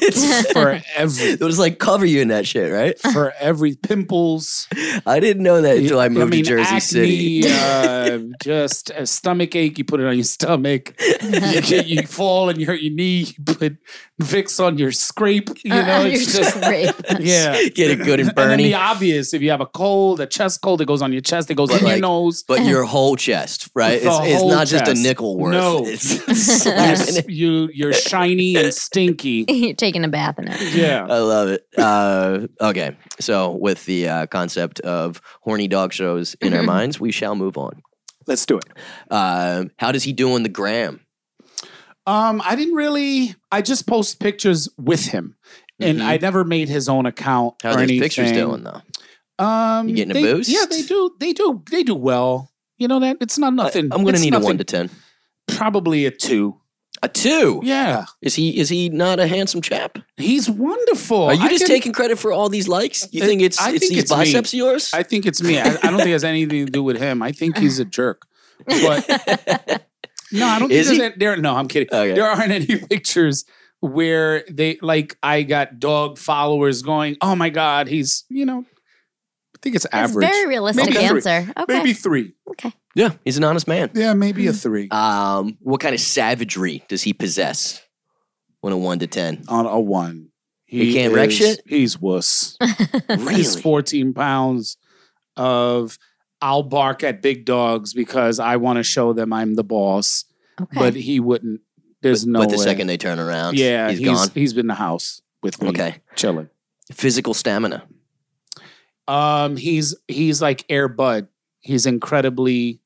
A: It's-
B: for every
A: it was like cover you in that shit, right?
B: for every pimples.
A: I didn't know that until I moved
B: mean,
A: to Jersey
B: acne,
A: City.
B: uh, just a stomach ache. You put it on your stomach. you, get- you fall and you hurt your knee. You put Vicks on your scrape. You know,
C: You're
B: it's just
C: great.
B: yeah.
A: Get it good and
B: And then
A: burny,
B: the obvious, if you have a cold, a chest cold, it goes on your chest, it goes
A: But
B: in
A: like-
B: your nose.
A: but your whole chest, right?
B: The
A: It's, it's
B: whole
A: not just a
B: chest.
A: nickel worth.
B: No.
A: It's
B: You're,
A: slapping
B: s- you, you're shiny and stinky.
C: You're taking a bath in it.
B: Yeah.
A: I love it. Uh, okay, so with the uh, concept of horny dog shows in
B: Mm-hmm.
A: our minds, we shall move on.
B: Let's do it.
A: Um, how does he do on the gram?
B: Um, I didn't really, I just post pictures with him. And
A: Mhm.
B: I never made his own account
A: How
B: or
A: are those
B: anything.
A: pictures doing though?
B: Um,
A: You getting a
B: they,
A: boost?
B: Yeah, they do. They do. They do well. You know that it's not nothing.
A: I, am going to
B: it's
A: need a one
B: nothing.
A: to ten.
B: Probably a two.
A: A two.
B: Yeah,
A: Is he is he not a handsome chap?
B: he's wonderful.
A: Are you
B: I
A: just
B: can-
A: taking credit for all these likes? You
B: It-
A: think it's
B: I
A: it's
B: think
A: these
B: it's me.
A: biceps of yours?
B: I think it's me. I, I don't think it has anything to do with him. I think he's a jerk. But no, I don't
A: Is
B: think
A: he?
B: there's any, there. No, I'm kidding.
A: okay.
B: There aren't any pictures where they like. I got dog followers going. Oh my god, he's you know. I think it's
C: That's
B: average.
C: very realistic
B: Maybe three.
C: answer. Okay. Hmm.
B: Maybe three.
A: Yeah, he's an honest man.
B: Yeah, maybe a three
A: Um, what kind of savagery does he possess? On a one to ten,
B: on a one.
A: He can't wreck
B: is-
A: shit?
B: He's wuss. He's
A: really?
B: 14 pounds of I'll bark at big dogs because I want to show them I'm the boss.
C: okay.
B: But he wouldn't. There's
A: But,
B: no
A: but the
B: way.
A: second they turn around,
B: yeah,
A: he's gone.
B: he's been in the house with me,
A: Okay,
B: chilling.
A: physical stamina.
B: Um, he's he's like Air Bud. He's incredibly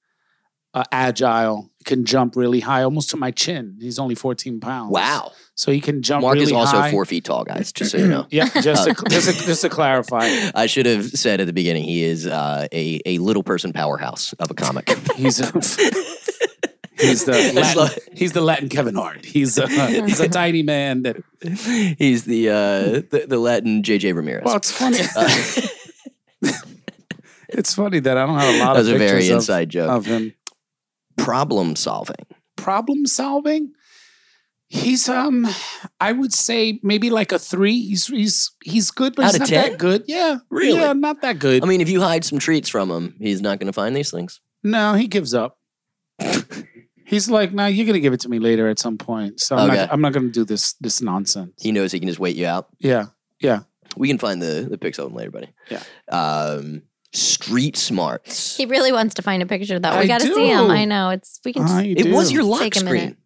B: uh, agile. Can jump really high, almost to my chin. He's only 14 pounds.
A: Wow.
B: So he can jump.
A: Mark
B: really
A: is also
B: high.
A: four feet tall, guys. Just so you know. Uh,
B: Yeah, just to, just to, just to clarify,
A: I should have said at the beginning he is uh, a a little person powerhouse of a comic.
B: he's he's the
A: I just
B: Latin,
A: love-
B: he's the Latin Kevin Hart. He's a he's a tiny man that
A: He's the, uh, the the Latin JJ Ramirez.
B: Well, it's funny.
A: Uh,
B: it's funny that I don't have a lot
A: that was
B: of
A: a very
B: pictures of-
A: inside joke.
B: of him.
A: Problem solving.
B: Problem solving. He's um, I would say maybe like a three. He's he's he's good, but
A: Out
B: he's
A: of
B: not
A: 10?
B: that good. Yeah,
A: Really?
B: Yeah, not that good.
A: I mean, if you hide some treats from him, he's not going to find these things.
B: no, he gives up. he's like, no, you're gonna give it to me later at some point. So I'm
A: Okay.
B: not I'm not gonna do this this nonsense.
A: He knows he can just wait you out.
B: Yeah,
A: We can find the the pics of him later, buddy.
B: Yeah.
A: Um, street smarts.
C: he really wants to find a picture though. We
B: I
C: got to see him.
B: do.
C: I know. It's we can just
B: I
A: it was
B: do.
A: your
C: Take
A: lock
C: a minute.
A: screen.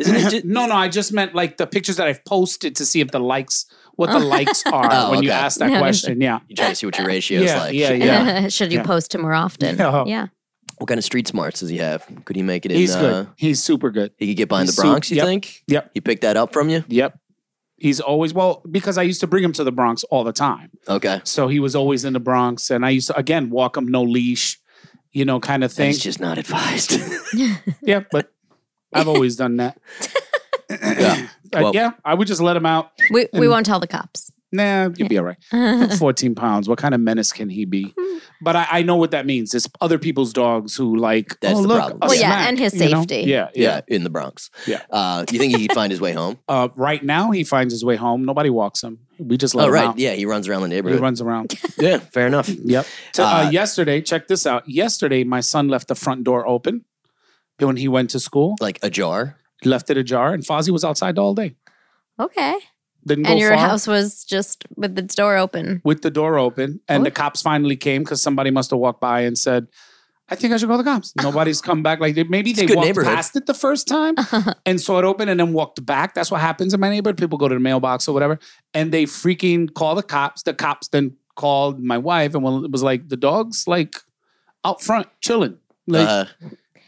A: Isn't it ju-
B: no, no, I just meant like the pictures that I've posted to see if the likes, what the likes are
A: Oh,
B: when you
A: okay.
B: ask that
C: No, no,
B: question. Yeah.
A: You try to see what your ratio
B: Yeah,
A: is like.
B: yeah, yeah.
C: Should you
B: Yeah.
C: post to more often?
B: Yeah.
C: Yeah.
A: What kind of street smarts does he have? Could he make it in?
B: He's
A: uh,
B: good. He's super good.
A: He could get behind
B: He's
A: the Bronx.
B: suit-
A: you
B: yep,
A: think?
B: yep.
A: He picked that up from you.
B: Yep. He's always, well, because I used to bring him to the Bronx all the time.
A: Okay.
B: So he was always in the Bronx. And I used to, again, walk him no leash, you know, kind of thing.
A: That's just not advised.
B: yeah. But I've always done that.
A: Yeah.
B: But
A: Well-
B: yeah, I would just let him out.
C: We, we
B: And-
C: won't tell the cops.
B: Nah, you'd be all right.
C: yeah.
B: 14 pounds. What kind of menace can he be? But I, I know what that means. It's other people's dogs who like.
A: That's
B: oh,
A: the
B: look,
A: problem.
B: a
A: Well,
C: yeah,
B: snack,
C: and his
B: you know?
C: safety.
B: Yeah, yeah.
A: yeah, in the Bronx.
B: Yeah.
A: Uh, you think he'd find his way home?
B: Uh, right now, he finds his way home. Nobody walks him. We just let
A: oh,
B: him
A: right.
B: out.
A: Yeah, he runs around the
B: He
A: neighborhood.
B: runs around.
A: yeah, fair enough.
B: Yep. So, uh,
A: Uh,
B: yesterday, check this out. Yesterday, my son left the front door open when he went to school.
A: Like ajar.
B: Left it ajar, and Fozzie was outside all day.
C: Okay.
B: Didn't go
C: And your
B: far
C: house was just with the door open.
B: with the door open. And the
C: What?
B: cops finally came because somebody must have walked by and said, "I think I should call the cops." Nobody's come back. Like they- maybe
A: It's a
B: they
A: good
B: walked
A: neighborhood.
B: past it the first time.
C: Uh-huh.
B: and saw it open and then walked back. That's what happens in my neighborhood. People go to the mailbox or whatever, and they freaking call the cops. The cops then called my wife and when it was like, the dog's like out front chilling. Like,
A: uh,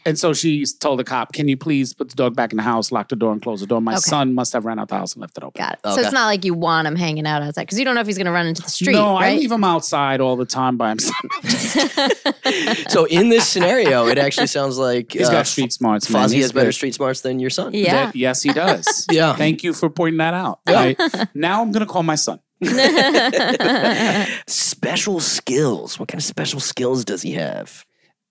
B: and so she told the cop, "Can you please put the dog back in the house, lock the door, and close the door?" My
C: Okay.
B: son must have ran out the house and left it open.
C: Got it. So
A: Okay.
C: it's not like you want him hanging out outside because you don't know if he's going to run into the street.
B: no, I
C: right?
B: leave him outside all the time by himself.
A: so in this scenario, it actually sounds like
B: He's
A: uh,
B: got street smarts. man.
A: Fozzie
B: He's
A: has better
B: good.
A: street smarts than your son.
C: yeah.
B: That- yes, he does.
A: Yeah.
B: Thank you for pointing that out.
A: Yeah.
B: I- now I'm gonna call my son.
A: special skills. What kind of special skills does he have?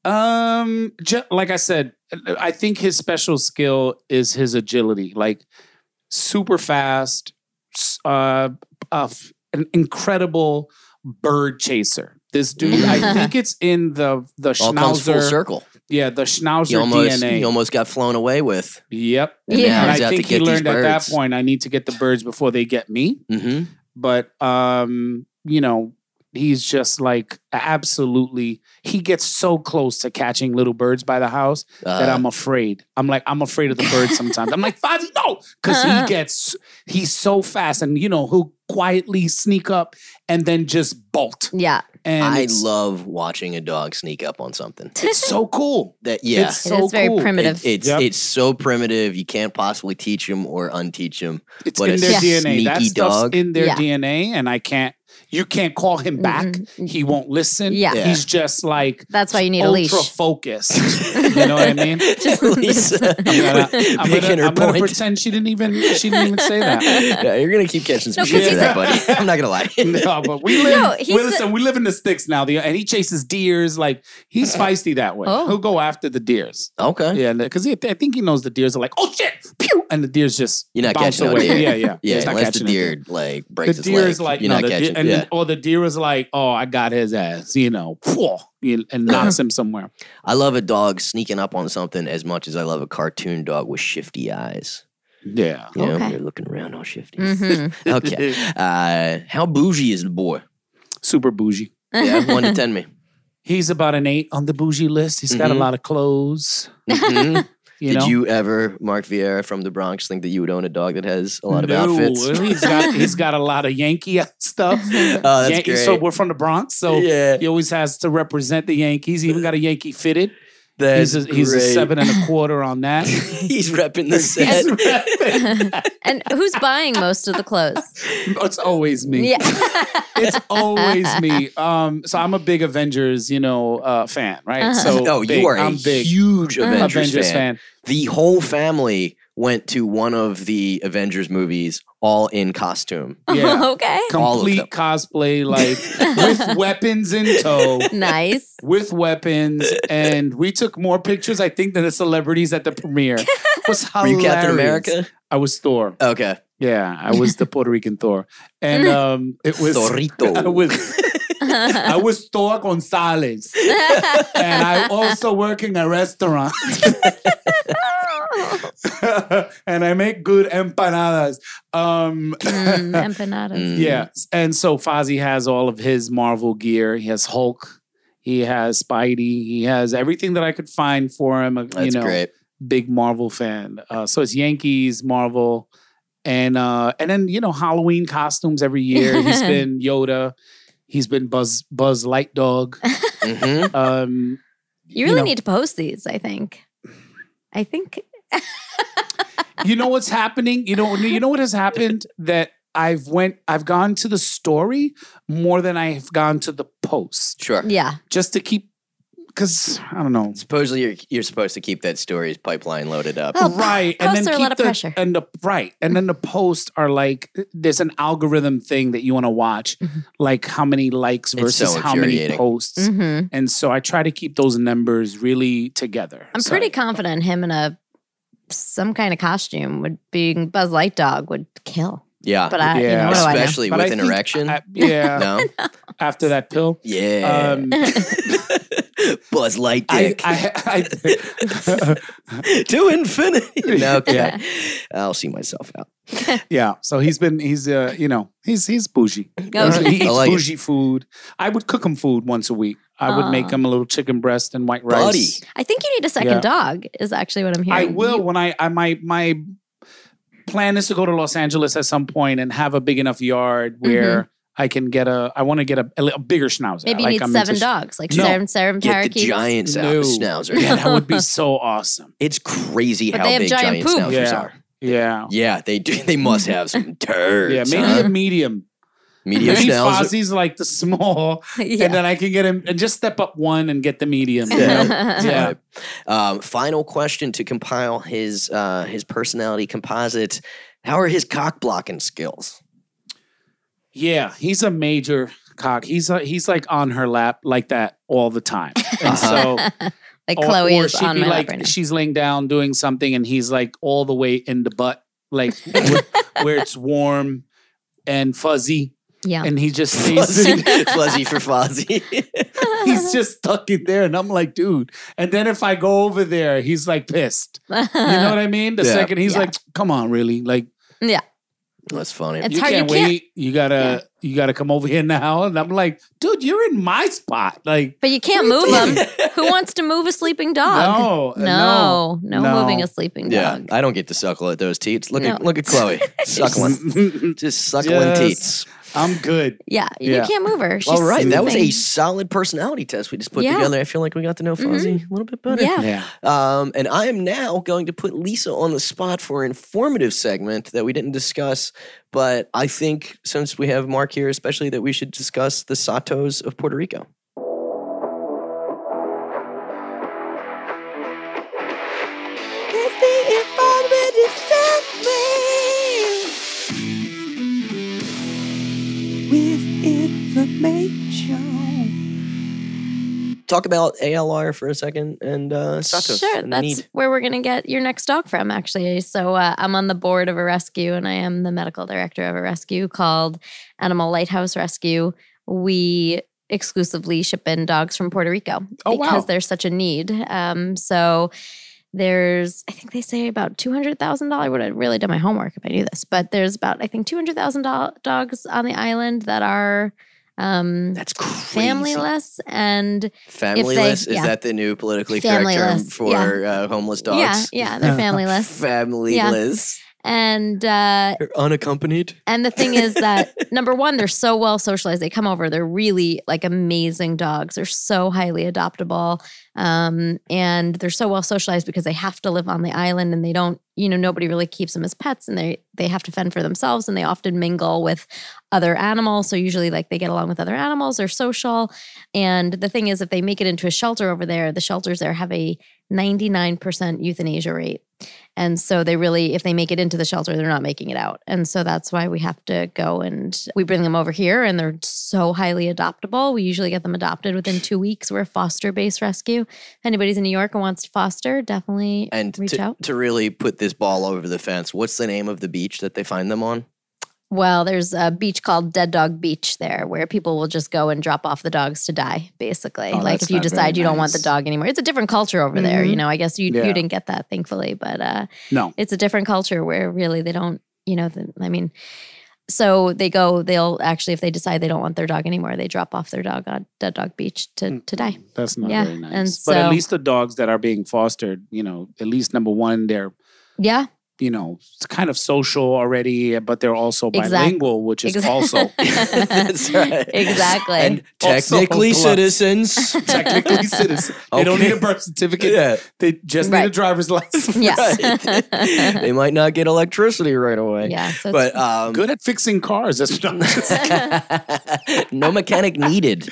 B: Um, ju- like I said, I think his special skill is his agility, like super fast, s- uh, uh, f- an incredible bird chaser. This dude, I think it's in the the
A: All comes full
B: Schnauzer,
A: circle.
B: yeah, the Schnauzer
A: He almost
B: DNA.
A: he almost got flown away with.
B: yep.
A: And
C: Yeah.
A: now
B: And
A: he's
B: I
A: out
B: think
A: to get
B: he
A: these
B: learned at that
A: birds.
B: point, I need to get the birds before they get me.
A: hmm
B: But um, you know, he's just like absolutely. He gets so close to catching little birds by the house. that
A: Uh,
B: I'm afraid. I'm like, I'm afraid of the birds sometimes. I'm like, Fozzie, no, because
A: Uh-huh.
B: he gets he's so fast, and you know he'll quietly sneak up and then just bolt.
C: yeah.
B: And
A: I
B: it's,
A: love watching a dog sneak up on something.
B: it's so cool.
A: That yeah,
B: It's
C: It is
B: so
C: very
B: cool.
A: It-
C: primitive.
A: it's
B: Yep.
A: it's so primitive. You can't possibly teach them or unteach them.
B: It's
A: But
B: in
A: a
B: their DNA.
A: sneaky
B: That stuff's
A: dog. Mm-hmm.
B: in their
C: Yeah.
B: DNA, and I can't. You can't call him back.
C: Mm-mm.
B: He won't listen.
C: Yeah.
A: Yeah.
B: he's just like
C: That's why you need a
B: ultra
C: leash.
B: focused. you know what I mean?
A: Lisa,
C: I'm
B: gonna- I'm
A: making uh,
B: gonna,
A: her
B: I'm gonna
A: point.
B: pretend she didn't even she didn't even say that.
A: yeah, you're gonna keep catching some
C: No,
A: shit
C: 'cause
A: for
C: he's
A: that,
B: a-
A: buddy. I'm not gonna lie.
B: no, but we
C: No,
B: live.
C: he's
B: we listen, we live in the sticks now. The and he chases deers. Like he's feisty that way.
C: Oh. Uh.
B: He'll go after the deers.
A: okay.
B: Yeah, because I think he knows the deers are like, oh shit, pew, and the deers just
A: You're not
B: bounce
A: catching no
B: away.
A: deer.
B: Yeah, yeah,
A: Yeah,
B: He's not
A: unless the
B: catching
A: deer
B: anything.
A: like
B: The
A: breaks its
B: deer
A: leg,
B: is like,
A: you're
B: no,
A: not
B: the deer,
A: catching.
B: and
A: yeah.
B: then- or the deer is like, oh, I got his ass, you know, phew, you- and knocks
C: Uh-huh.
B: him somewhere.
A: I love a dog sneaking up on something as much as I love a cartoon dog with shifty eyes.
B: Yeah.
A: You know,
C: Okay.
A: they're looking around all shifty.
C: hmm
A: Okay. Uh, how bougie is the boy?
B: Super bougie.
A: Yeah, one to ten me.
B: He's about an eight on the bougie list. He's got a
A: Mhm.
B: lot of clothes.
A: Mhm.
B: You
A: Did
B: know,
A: you ever, Mark Vieira from the Bronx, think that you would own a dog that has a lot of
B: No, Uh,
A: outfits?
B: He's got he's got a lot of Yankee stuff.
A: Oh, that's
B: Yankee, So
A: great.
B: we're from the Bronx, so
A: yeah,
B: he always has to represent the Yankees. He even got a Yankee fitted.
A: that's
B: He's a, he's a
A: great.
B: seven and a quarter on that.
A: he's repping the set.
B: He's rapping.
C: and who's buying most of the clothes?
B: it's always me.
C: Yeah.
B: It's always me. Um, so I'm a big Avengers, you know, uh, fan, right? So
A: oh,
B: big.
A: you are a
B: I'm big Mm.
A: huge Avengers,
B: Avengers
A: fan.
B: fan.
A: The whole family went to one of the Avengers movies, all in costume.
B: Yeah,
C: okay.
A: All of them.
B: complete cosplay, like with weapons in tow.
C: Nice.
B: with weapons, and we took more pictures, I think, than the celebrities at the premiere. It was
A: Were
B: hilarious.
A: you Captain America?
B: I was Thor.
A: Okay,
B: Yeah, I was the Puerto Rican Thor, and um, it was I
A: Torito.
B: was I was Thor Gonzalez, and I also work in a restaurant, and I make good empanadas. Um,
C: Mm, empanadas.
A: Mm.
B: Yeah. And so Fozzie has all of his Marvel gear. He has Hulk. He has Spidey. He has everything that I could find for him. uh,
A: That's
B: you know,
A: great.
B: big Marvel fan. Uh, so it's Yankees, Marvel, and uh, and then you know Halloween costumes every year. He's been Yoda. He's been Buzz Buzz Light Dog.
A: Mhm.
B: Um,
C: You really
B: know.
C: need to post these, I think. I think
B: you know what's happening? You know you know what has happened that I've went I've gone to the story more than I've gone to the post
A: Sure.
C: yeah.
B: just to keep because I don't know
A: Supposedly, you're, you're supposed to keep that stories pipeline loaded up.
C: Oh,
B: right and then
C: posts are a
B: keep
C: lot of
B: the,
C: pressure.
B: and the right and then the posts are like there's an algorithm thing that you want to watch
C: Mhm.
B: like how many likes
A: It's
B: versus
A: so
B: how many
A: infuriating.
B: posts
C: Mhm.
B: and so i try to keep those numbers really together
C: I'm
B: So-
C: pretty confident him in a some kind of costume would being Buzz Light Dog would kill.
A: Yeah.
C: But I, you
B: Uh, Yeah.
C: know, what do I know?
A: Especially
B: But I
A: with
B: think
A: an erection.
B: I- uh, yeah
A: no.
B: after that pill
A: Yeah.
B: um
A: Buzz Light
B: I,
A: Dick
B: I, I,
A: to infinity. No, okay.
B: Yeah.
A: I'll see myself out.
B: yeah so he's been he's uh you know he's he's bougie
C: Okay.
B: he
A: I
B: eats
A: like it.
B: bougie food i would cook him food once a week i would make
C: Aw.
B: him a little chicken breast and white rice
A: Buddy.
C: I think you need a second
B: Yeah.
C: dog. Is actually what I'm hearing.
B: I will when I, I my my plan is to go to Los Angeles at some point and have a big enough yard
C: Mm-hmm.
B: where I can get a I want to get a, a, li- a bigger schnauzer.
C: Maybe you
B: Like,
C: need
B: I'm
C: seven
B: into-
C: dogs, like
B: No.
C: seven, seven
A: Get the
C: parakeets.
A: giants out,
B: No.
A: the schnauzer.
B: Yeah, that would be so awesome.
A: It's crazy
C: But
A: how
C: they have
A: big giant,
C: giant poop.
A: schnauzers
B: Yeah.
A: are.
B: Yeah.
A: Yeah, they do. They must have some turds.
B: Yeah, maybe
A: huh?
B: a medium.
A: medium
B: Maybe
A: schnauzer.
B: Fozzie's like the small,
C: yeah.
B: and then I can get him and just step up one and get the medium. you
A: Yeah.
B: know?
A: Type. Um, final question to compile his uh, his personality composite. How are his cock blocking skills?
B: yeah, he's a major cock. He's a, he's like on her lap like that all the time, and
A: Uh-huh.
B: so.
C: like
B: Or-
C: Chloe
B: or
C: is
B: she'd
C: on
B: be
C: my
B: like
C: lap right now.
B: she's laying down doing something and he's like all the way in the butt like where, where it's warm and fuzzy
C: Yeah.
B: and he just stays
A: Fuzzy, fuzzy for Fozzie.
B: he's just stuck in there and i'm like dude and then if i go over there he's like pissed you know what i mean the
A: Yeah.
B: second he's
C: Yeah.
B: like come on really like
A: That's funny.
C: It's
B: you
C: hard- you
B: can't
C: can't-
B: wait you gotta you gotta come over here now and i'm like dude you're in my spot like
C: but you can't move them. Who wants to move a sleeping dog?
B: no
C: no, no,
B: no.
C: moving a sleeping
A: yeah,
C: dog.
A: I don't get to suckle at those teats. Look at
C: No.
A: look at Chloe suckling,
B: no.
A: just suckling
B: Just-
A: teats.
B: i'm good
C: Yeah, you
B: Yeah.
C: can't move her. She's
A: All right, that was a
C: sleeping.
A: solid personality test we just put
C: Yeah.
A: together. I feel like we got to know
C: Mhm.
A: Fozzie a little bit better.
C: Yeah.
B: yeah
A: Um, and I am now going to put Lisa on the spot for an informative segment that we didn't discuss, but I think since we have Mark here, especially that we should discuss the Satos of Puerto Rico. Talk about ALR for a second and uh, Satos.
C: Sure,
A: and the
C: that's
A: need.
C: where we're going to get your next dog from, actually. So uh, I'm on the board of a rescue, and I am the medical director of a rescue called Animal Lighthouse Rescue. We exclusively ship in dogs from Puerto Rico
B: Oh, wow.
C: because there's such a need. Um, so there's, I think they say about two hundred thousand dollars. Would have really done my homework if I knew this, but there's about I think two hundred thousand dogs on the island that are um,
A: That's crazy.
C: familyless and
A: Familyless is
C: yeah.
A: that the new politically correct term
C: Familyless,
A: for uh, homeless dogs?
C: yeah, yeah, they're familyless.
A: Familyless.
C: and uh,
A: They're unaccompanied.
C: and the thing is that number one, they're so well socialized. They come over. They're really like amazing dogs. They're so highly adoptable, um, and they're so well socialized because they have to live on the island, and they don't. You know, nobody really keeps them as pets, and they they have to fend for themselves, and they often mingle with other animals. So usually, like they get along with other animals. They're social, and the thing is, if they make it into a shelter over there, the shelters there have a ninety nine percent euthanasia rate. And so they really, if they make it into the shelter, they're not making it out. And so that's why we have to go and we bring them over here and they're so highly adoptable. We usually get them adopted within two weeks. We're a foster based rescue. If anybody's in New York and wants to foster, definitely
A: And
C: reach
A: to,
C: out.
A: to really put this ball over the fence, what's the name of the beach that they find them on?
C: Well, there's a beach called Dead Dog Beach there where people will just go and drop off the dogs to die, basically.
B: Oh,
C: like
B: that's
C: if you
B: not very
C: decide you don't want the
B: nice.
C: dog anymore. It's a different culture over there. You
B: Mhm.
C: know, I guess you,
B: Yeah.
C: you didn't get that, thankfully, but uh,
B: no
C: it's a different culture where really they don't, you know, the, I mean, So they go, they'll actually, if they decide they don't want their dog anymore, they drop off their dog on Dead Dog Beach to,
B: Mm.
C: to die.
B: That's not
C: Yeah,
B: very nice.
C: and
B: but
C: so-
B: at least the dogs that are being fostered, you know, at least number one, they're
C: Yeah.
B: you know it's kind of social already, but they're also
C: Exact-
B: bilingual, which is
C: ex-
B: also
A: That's right.
C: Exactly.
A: And
B: Also
A: technically
B: plus.
A: citizens.
B: technically citizens. They don't
A: Okay.
B: need a birth certificate.
A: yeah.
B: They just need a
C: Right.
B: driver's license.
C: yes.
A: right. they might not get electricity right away.
C: yeah. So it's-
A: But um,
B: Good at fixing cars. That's what I'm just saying.
A: no mechanic needed.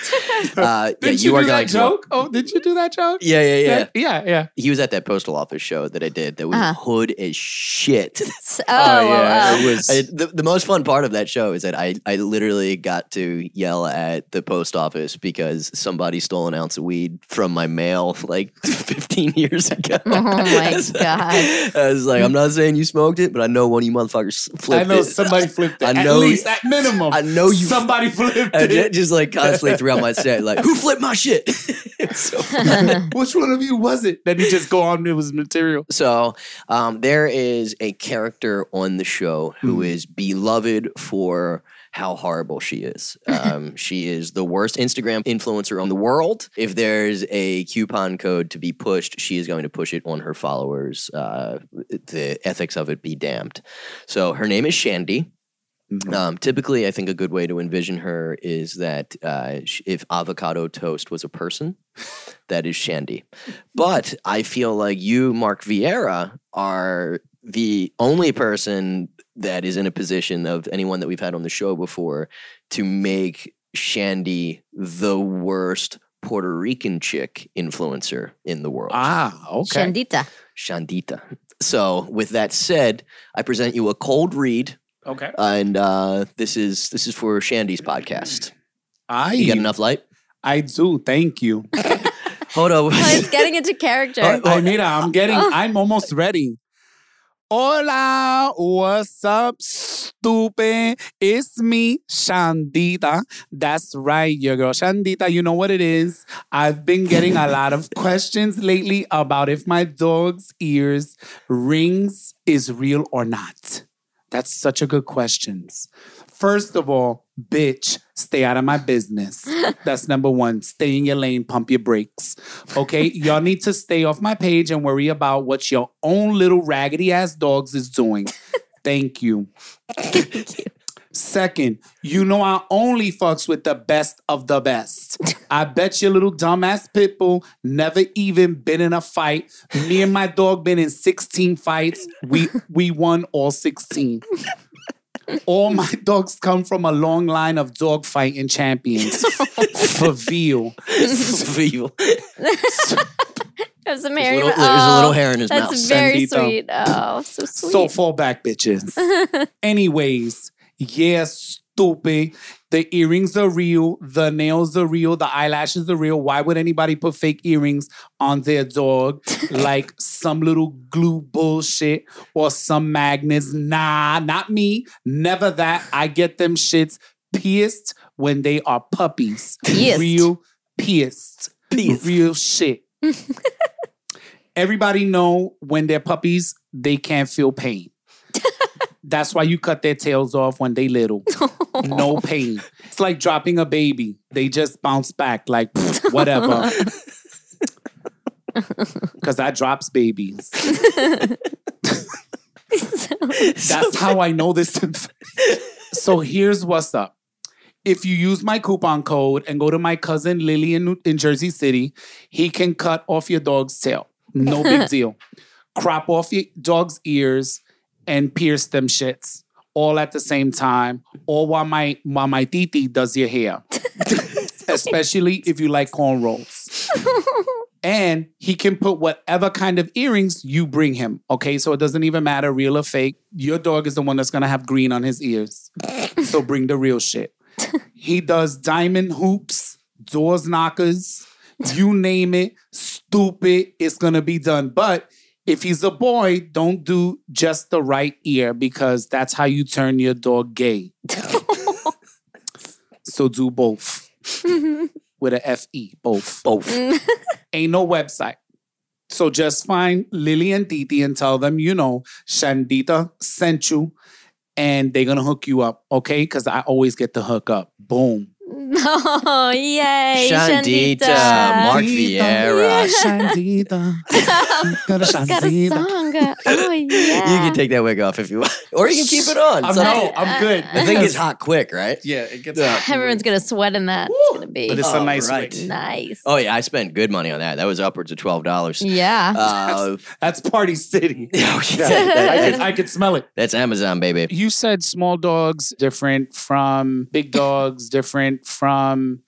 A: Uh, yeah,
B: Did
A: you, are
B: do
A: going
B: that
A: to-
B: joke? Oh, did you do that joke?
A: Yeah, yeah, yeah.
B: yeah, yeah.
A: He was at that postal office show that I did. That was
C: Uh-huh.
A: hood as shit.
C: oh, oh, oh.
B: it was.
A: I, the, the most fun part of that show is that I, I literally got to yell at the post office because somebody stole an ounce of weed from my mail like 15 years ago.
C: Oh my
A: So,
C: God.
A: I was like, I'm not saying you smoked it, but I know one of you motherfuckers flipped
B: I know
A: it.
B: somebody flipped it.
A: I
B: at
A: know-
B: least at minimum.
A: I know you
B: somebody flipped
A: I ju-
B: it.
A: just like constantly throughout my set, like, who flipped my shit? It's so fun.
B: Which one of you was it? Then you just go on. It was material.
A: So um, there is a character on the show who
B: Mhm.
A: is beloved for how horrible she is. Um, she is the worst Instagram influencer on the world. If there's a coupon code to be pushed, she is going to push it on her followers. Uh, the ethics of it be damned. So her name is Shandy. Um, typically, I think a good way to envision her is that uh, sh- if avocado toast was a person, that is Shandy. But I feel like you, Mark Vieira, are the only person that is in a position of anyone that we've had on the show before to make Shandy the worst Puerto Rican chick influencer in the world.
B: Ah, okay.
C: Shandita.
A: Shandita. So, with that said, I present you a cold read
B: Okay.
A: and uh, this is this is for Shandy's podcast. You got
B: I
A: enough light?
B: I do. Thank you.
A: Hold on.
C: Oh, it's getting into character.
A: Oh,
B: Oh, Nita, I'm getting.
C: Oh.
B: I'm almost ready. Hola, what's up, stupid? It's me, Shandita. That's right, your girl Shandita. You know what it is. I've been getting a lot of questions lately about if my dog's ears rings is real or not. That's such a good question. First of all, bitch, stay out of my business. That's number one. Stay in your lane, pump your brakes. Okay, y'all need to stay off my page and worry about what your own little raggedy ass dogs is doing. Thank you. Second, you know I only fucks with the best of the best. I bet your little dumbass pitbull never even been in a fight. Me and my dog been in 16 fights. We we won all 16. All my dogs come from a long line of dog fighting champions. For veal.
A: This is evil.
C: It was a
A: There's a
C: Mary.
A: little,
C: oh,
A: there's a little hair in his
C: That's
A: mouth.
C: very
B: Sandito.
C: sweet. Oh, so sweet.
B: So fall back, bitches. Anyways, yeah, stupid. The earrings are real. The nails are real. The eyelashes are real. Why would anybody put fake earrings on their dog like some little glue bullshit or some magnets? Nah, not me. Never that. I get them shits pierced when they are puppies.
C: Pierced.
B: Real pierced.
A: Pierced.
B: Real shit. Everybody know when they're puppies, they can't feel pain. That's why you cut their tails off when they little. no pain. It's like dropping a baby. They just bounce back like pfft, whatever. Cause I drops babies. That's how I know this. inf- so here's what's up. If you use my coupon code and go to my cousin Lily in, in Jersey City, he can cut off your dog's tail. No big deal. Crop off your dog's ears and pierce them shits all at the same time, or while my while my titi does your hair. Especially if you like cornrows and he can put whatever kind of earrings you bring him. Okay, so it doesn't even matter, real or fake. Your dog is the one that's gonna have green on his ears. so bring the real shit. He does diamond hoops, doors knockers, you name it, stupid, it's gonna be done. But if he's a boy, don't do just the right ear because that's how you turn your dog gay. so do both with a F E, both
A: Both.
B: ain't no website. So just find Lily and Titi and tell them, you know, Shandita sent you. and they're gonna hook you up, okay? Because I always get the hook up. Boom.
C: Oh, yay.
A: Shandita,
C: Shandita.
A: Mark
B: Shandita.
A: Vieira.
B: Shandita.
C: Got a song. Oh, yeah.
A: You can take that wig off if you want, or you can keep it on.
B: I'm,
A: It's up-
B: no, I'm good.
A: the thing is hot quick, right?
B: yeah, it gets.
A: Yeah.
C: Everyone's going to sweat in that. It's
B: Woo!
C: going to be
B: But it's a
A: Oh,
B: nice
A: right.
B: wig.
C: nice.
A: Oh yeah, I spent good money on that. That was upwards of twelve dollars.
C: Yeah.
A: Uh,
B: That's Party City.
A: oh, yeah,
B: I
A: that-
B: could, I could smell it.
A: that's Amazon, baby.
B: You said small dogs different from big dogs, different from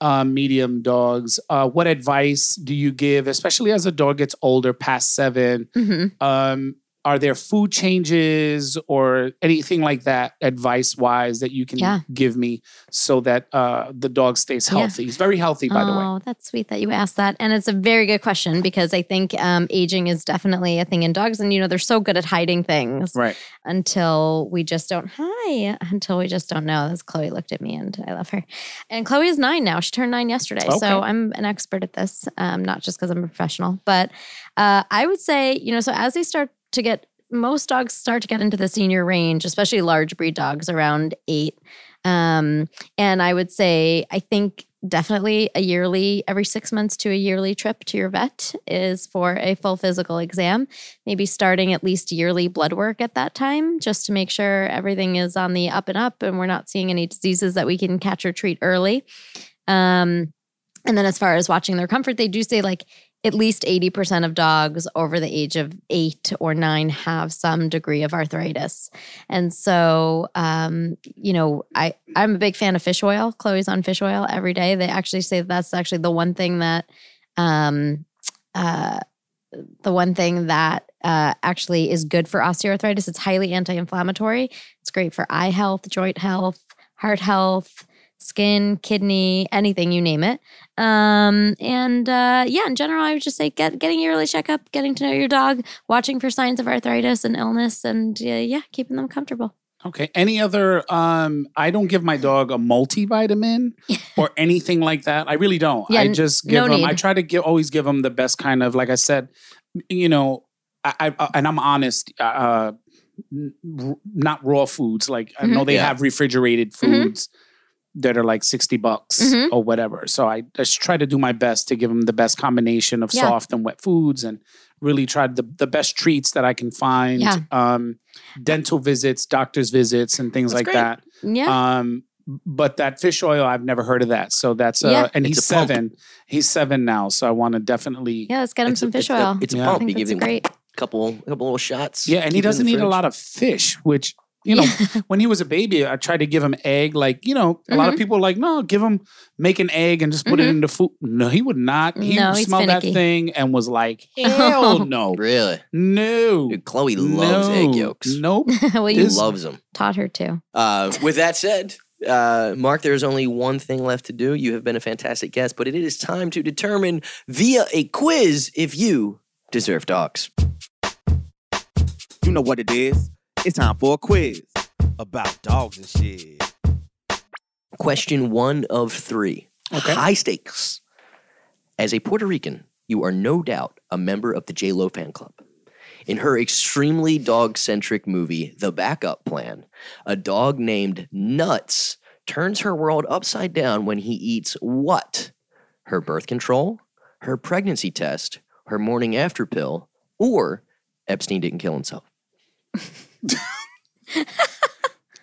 B: uh, medium dogs. Uh, what advice do you give, especially as a dog gets older, past seven?
C: hmm
B: Um, are there food changes or anything like that, advice wise, that you can
C: Yeah.
B: give me so that uh, the dog stays
C: Yeah.
B: healthy? He's very healthy, by the way.
C: Oh, that's sweet that you asked that. And it's a very good question because I think um, aging is definitely a thing in dogs. And, you know, they're so good at hiding things
B: Right.
C: until we just don't, hi, until we just don't know. As Chloe looked at me and I love her. And Chloe is nine now. She turned nine yesterday.
B: Okay.
C: So I'm an expert at this, um, not just because I'm a professional. But uh, I would say, you know, so as they start to get, most dogs start to get into the senior range, especially large breed dogs around eight. Um, and I would say, I think definitely a yearly, every six months to a yearly trip to your vet is for a full physical exam. Maybe starting at least yearly blood work at that time, just to make sure everything is on the up and up and we're not seeing any diseases that we can catch or treat early. Um, and then as far as watching their comfort, they do say like, at least 80% of dogs over the age of eight or nine have some degree of arthritis. And so, um, you know, I I'm a big fan of fish oil. Chloe's on fish oil every day. They actually say that's actually the one thing that, um, uh, the one thing that uh, actually is good for osteoarthritis. It's highly anti-inflammatory. It's great for eye health, joint health, heart health, skin, kidney, anything you name it. Um, and uh, yeah, in general, I would just say get getting your yearly checkup, getting to know your dog, watching for signs of arthritis and illness, and uh, yeah, keeping them comfortable.
B: Okay. Any other? Um, I don't give my dog a multivitamin or anything like that. I really don't.
C: Yeah,
B: I
C: n-
B: just
C: no
B: give him. I
C: need.
B: try to give, always give him the best kind of. Like I said, you know, I, I and I'm honest. Uh, n- r- not raw foods. Like
C: Mm-hmm.
B: I know they
A: Yeah.
B: have refrigerated
C: Mhm.
B: foods that are like sixty bucks
C: Mhm.
B: or whatever. So I just try to do my best to give him the best combination of
C: Yeah.
B: soft and wet foods and really tried the, the best treats that I can find.
C: Yeah.
B: Um, dental visits, doctor's visits, and things
A: That's
B: like
A: great.
B: that.
C: Yeah,
B: Um, but that fish oil, I've never heard of that. So that's uh,
C: Yeah.
B: and
A: It's
B: he's
A: a pump.
B: seven. He's seven now, so I want to definitely. Yeah.
C: yeah, let's get him
A: It's a-
C: some
A: it's
C: fish
A: a-
C: oil.
A: it's a
B: Yeah.
C: I
A: pump. You
C: think
A: give
C: that's a
A: him a
C: great.
A: couple, couple little shots. keep
B: and he
A: it in the
B: doesn't eat a
A: fridge.
B: lot of fish, which you know. When he was a baby, I tried to give him egg. Like you know, a
C: Mm-hmm.
B: lot of people are like no, give him make an egg and just put it
C: Mhm.
B: in the food. No, he would not. He
C: No,
B: would
C: he's
B: smell that
C: finicky.
B: thing and was like, hell no,
A: Really,
B: no,
A: Dude, Chloe loves egg
B: no,
A: yolks.
B: Nope.
C: well,
A: She
C: you
B: This-
A: loves them.
C: taught her to.
A: Uh, with that said, uh, Mark, there is only one thing left to do. You have been a fantastic guest, but it is time to determine via a quiz if you deserve dogs.
D: You know what it is. It's time for a quiz about dogs and shit.
A: Question one of three.
B: Okay.
A: High stakes. As a Puerto Rican, you are no doubt a member of the J Lo fan club. In her extremely dog centric movie, The Backup Plan, a dog named Nuts turns her world upside down when he eats what? Her birth control, her pregnancy test, her morning after pill, or Epstein didn't kill himself.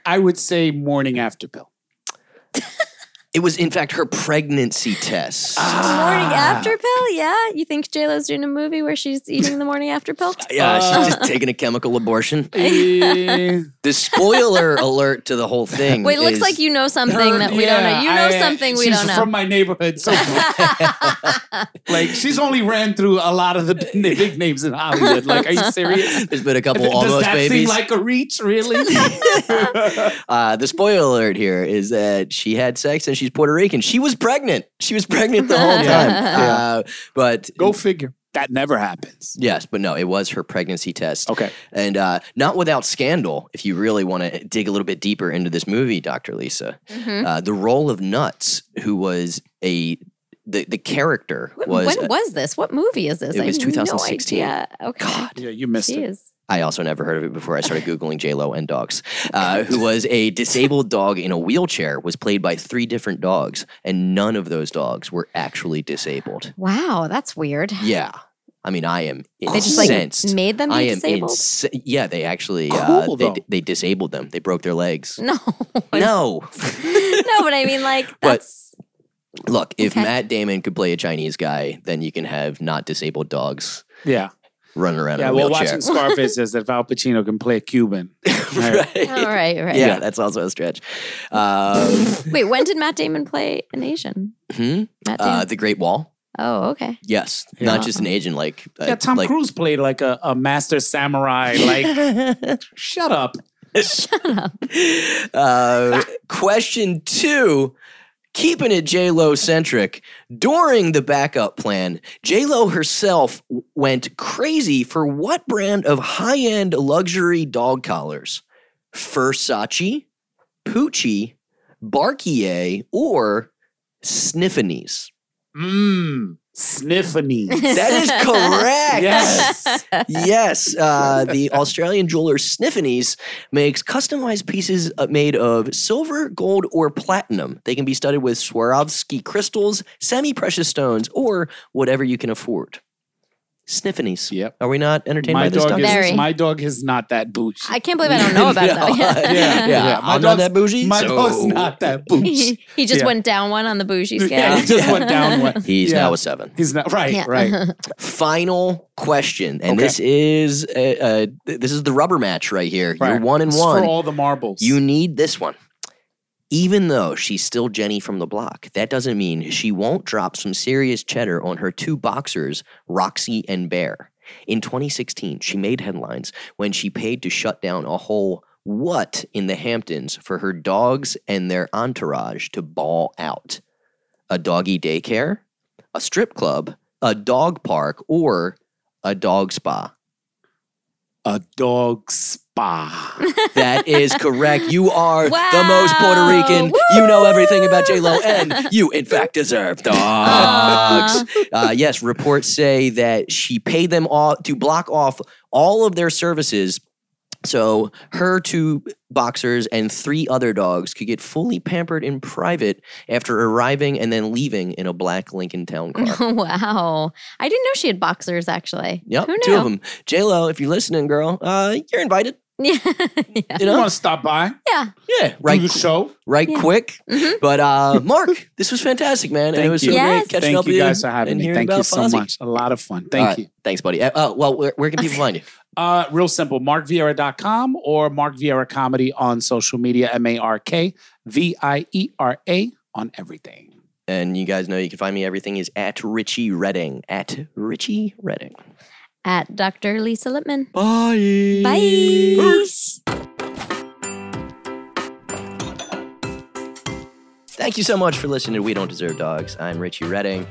B: I would say morning after pill.
A: It was, in fact, her pregnancy test.
C: Ah. Morning after pill, yeah. You think J Lo's doing a movie where she's eating the morning after pill?
A: Yeah, she's
C: Uh.
A: just taking a chemical abortion.
B: Eh,
A: The spoiler alert to the whole thing.
C: Wait, it looks
A: is-
C: like you know something that we don't know.
B: Yeah,
C: You know
B: I-
C: something we
B: she's
C: don't know.
B: from my neighborhood, so like she's only ran through a lot of the big na- big names in Hollywood. Like, are you serious?
A: There's been a couple
B: Does
A: almost
B: that seem
A: babies.
B: like a reach, really?
A: uh, the spoiler alert here is that she had sex and she's Puerto Rican. She was pregnant. She was pregnant the whole
C: Yeah.
A: time.
B: Yeah.
A: Uh, but
B: Go figure. That never happens.
A: yes, but no, it was her pregnancy test,
B: Okay.
A: and uh, not without scandal. If you really want to dig a little bit deeper into this movie, Doctor Lisa,
C: Mhm.
A: uh, the role of Nuts, who was a the the character
C: Wh-
A: was.
C: when was this? What movie is this?
A: It
C: I
A: was
C: have no
A: 2016.
C: idea. Okay.
B: Yeah, you missed it.
C: Jeez.
A: I also never heard of it before I started googling J Lo and dogs. Uh, who was a disabled dog in a wheelchair? Was played by three different dogs, and none of those dogs were actually disabled.
C: Wow, that's weird.
A: Yeah, I mean, I am
C: They just like
A: incensed.
C: made them be
A: I am
C: disabled.
A: insa- yeah, they actually
B: Cool,
A: uh, they,
B: though.
A: they disabled them. They broke their legs.
C: no,
A: No.
C: no, but I mean, like that's
A: Look, if
C: Okay.
A: Matt Damon could play a Chinese guy, then you can have not disabled dogs
B: Yeah.
A: running around
B: Yeah.
A: in a
B: Well,
A: wheelchair.
B: watching Scarface says that Val Pacino can play a Cuban. Right.
A: right.
C: all right, right.
A: Yeah, that's also a stretch. Um,
C: Wait, when did Matt Damon play an Asian?
A: hmm?
C: Matt Damon.
A: uh, the Great Wall.
C: oh, okay.
A: Yes,
B: Yeah.
A: not just an agent like uh,
B: yeah. Tom
A: like,
B: Cruise played like a, a master samurai. Like, shut up.
C: Shut up.
A: uh, question two. Keeping it J Lo centric, during the backup plan, J Lo herself w- went crazy for what brand of high end luxury dog collars? Versace, Pucci, Barkier, or Sniffinese?
B: Mmm. Sniffany.
A: That is correct.
B: yes.
A: yes, uh, the Australian jeweler Sniffinys makes customized pieces uh, made of silver, gold, or platinum. They can be studded with Swarovski crystals, semi-precious stones, or whatever you can afford. Sniffinys.
B: Yep.
A: Are we not entertained
B: My
A: by this?
B: dog,
A: Duncan?
C: Very.
B: is, my dog is not that bougie.
C: I can't believe I don't know about that.
A: yeah,
B: Yeah, yeah. My
A: I'm not
B: dog's-
A: that bougie.
B: my
A: so-
B: dog's not that bougie.
C: he, he just
B: Yeah.
C: went down one on the bougie scale.
B: yeah, he just went down one.
A: He's
B: Yeah.
A: now a seven.
B: He's not right,
C: Yeah. uh-huh.
B: right.
A: Final question, and
B: Okay.
A: this is uh, uh, th- this is the rubber match right here. You're
B: Right.
A: one and
B: It's
A: one.
B: for all the marbles.
A: You need this one. Even though she's still Jenny from the block, that doesn't mean she won't drop some serious cheddar on her two boxers, Roxy and Bear. In 2016, she made headlines when she paid to shut down a whole what in the Hamptons for her dogs and their entourage to ball out. A doggy daycare, a strip club, a dog park, or a dog spa.
B: a dog spa.
A: That is correct. You are the most Puerto
C: Wow.
A: Rican. You know everything about J Lo,
C: Woo!
A: and you, in fact, deserve dogs.
C: Aw.
A: uh, yes, reports say that she paid them all to block off all of their services. So her two boxers and three other dogs could get fully pampered in private after arriving and then leaving in a black Lincoln Town car.
C: wow. I didn't know she had boxers actually.
A: Yep,
C: Who knew?
A: two of them. J Lo, if you're listening, girl, uh, you're invited.
C: Yeah. yeah.
A: You
B: You
A: know,
B: want to stop by?
A: yeah,
B: Right.
A: right.
B: Do the show.
A: right
C: Yeah.
A: quick.
C: Mhm.
A: But uh, Mark, this was fantastic, man. and it
B: Thank
A: was
B: you.
A: so
C: Yes.
A: great catching up
B: Thank
A: with
B: you guys for having
A: and
B: me.
A: hearing
B: Thank you
A: about
B: so
A: Fonzie.
B: much. A lot of fun. Thank
A: right.
B: you.
A: Thanks, buddy. Uh, oh, well, where, where can people find you?
B: Uh, real simple. MarkVieira.com or Mark Vieira Comedy on social media. M A R K V I E R A on everything.
A: And you guys know you can find me. Everything is at Richie Redding. At Richie Redding.
C: At Dr. Lisa Lipman.
A: Bye.
C: Bye.
A: Thank you so much for listening to We Don't Deserve Dogs. I'm Richie Redding.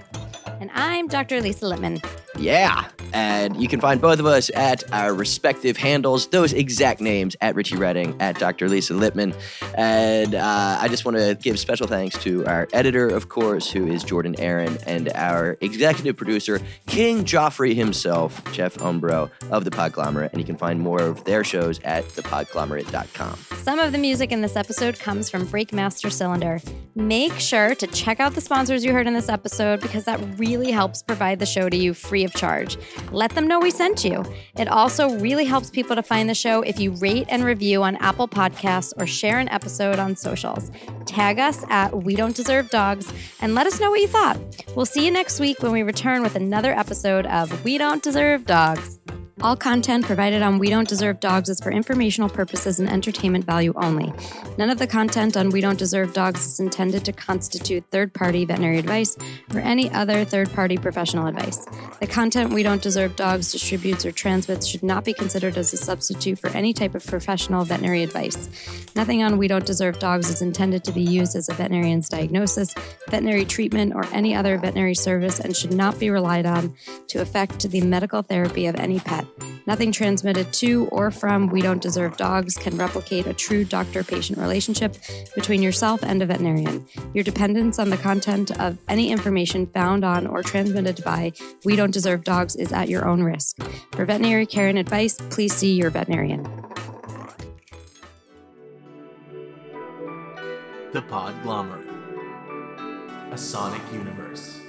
C: And I'm Dr. Lisa Lipman.
A: Yeah. And you can find both of us at our respective handles, those exact names at Richie Redding, at Dr. Lisa Lippman. And uh, I just want to give special thanks to our editor, of course, who is Jordan Aaron, and our executive producer, King Joffrey himself, Jeff Umbro of The Podglomerate. And you can find more of their shows at thepodglomerate.com.
C: Some of the music in this episode comes from Breakmaster Cylinder. Make sure to check out the sponsors you heard in this episode because that really helps provide the show to you free of charge. Let them know we sent you. It also really helps people to find the show if you rate and review on Apple Podcasts or share an episode on socials. Tag us at We Don't Deserve Dogs and let us know what you thought. We'll see you next week when we return with another episode of We Don't Deserve Dogs. All content provided on We Don't Deserve Dogs is for informational purposes and entertainment value only. None of the content on We Don't Deserve Dogs is intended to constitute third party veterinary advice or any other third party professional advice. The content We Don't Deserve Dogs distributes or transmits should not be considered as a substitute for any type of professional veterinary advice. Nothing on We Don't Deserve Dogs is intended to be used as a veterinarian's diagnosis, veterinary treatment, or any other veterinary service and should not be relied on to affect the medical therapy of any pet. Nothing transmitted to or from We Don't Deserve Dogs can replicate a true doctor patient relationship between yourself and a veterinarian. Your dependence on the content of any information found on or transmitted by We Don't Deserve Dogs is at your own risk. For veterinary care and advice, please see your veterinarian.
E: The Podglomerate. A Sonic Universe.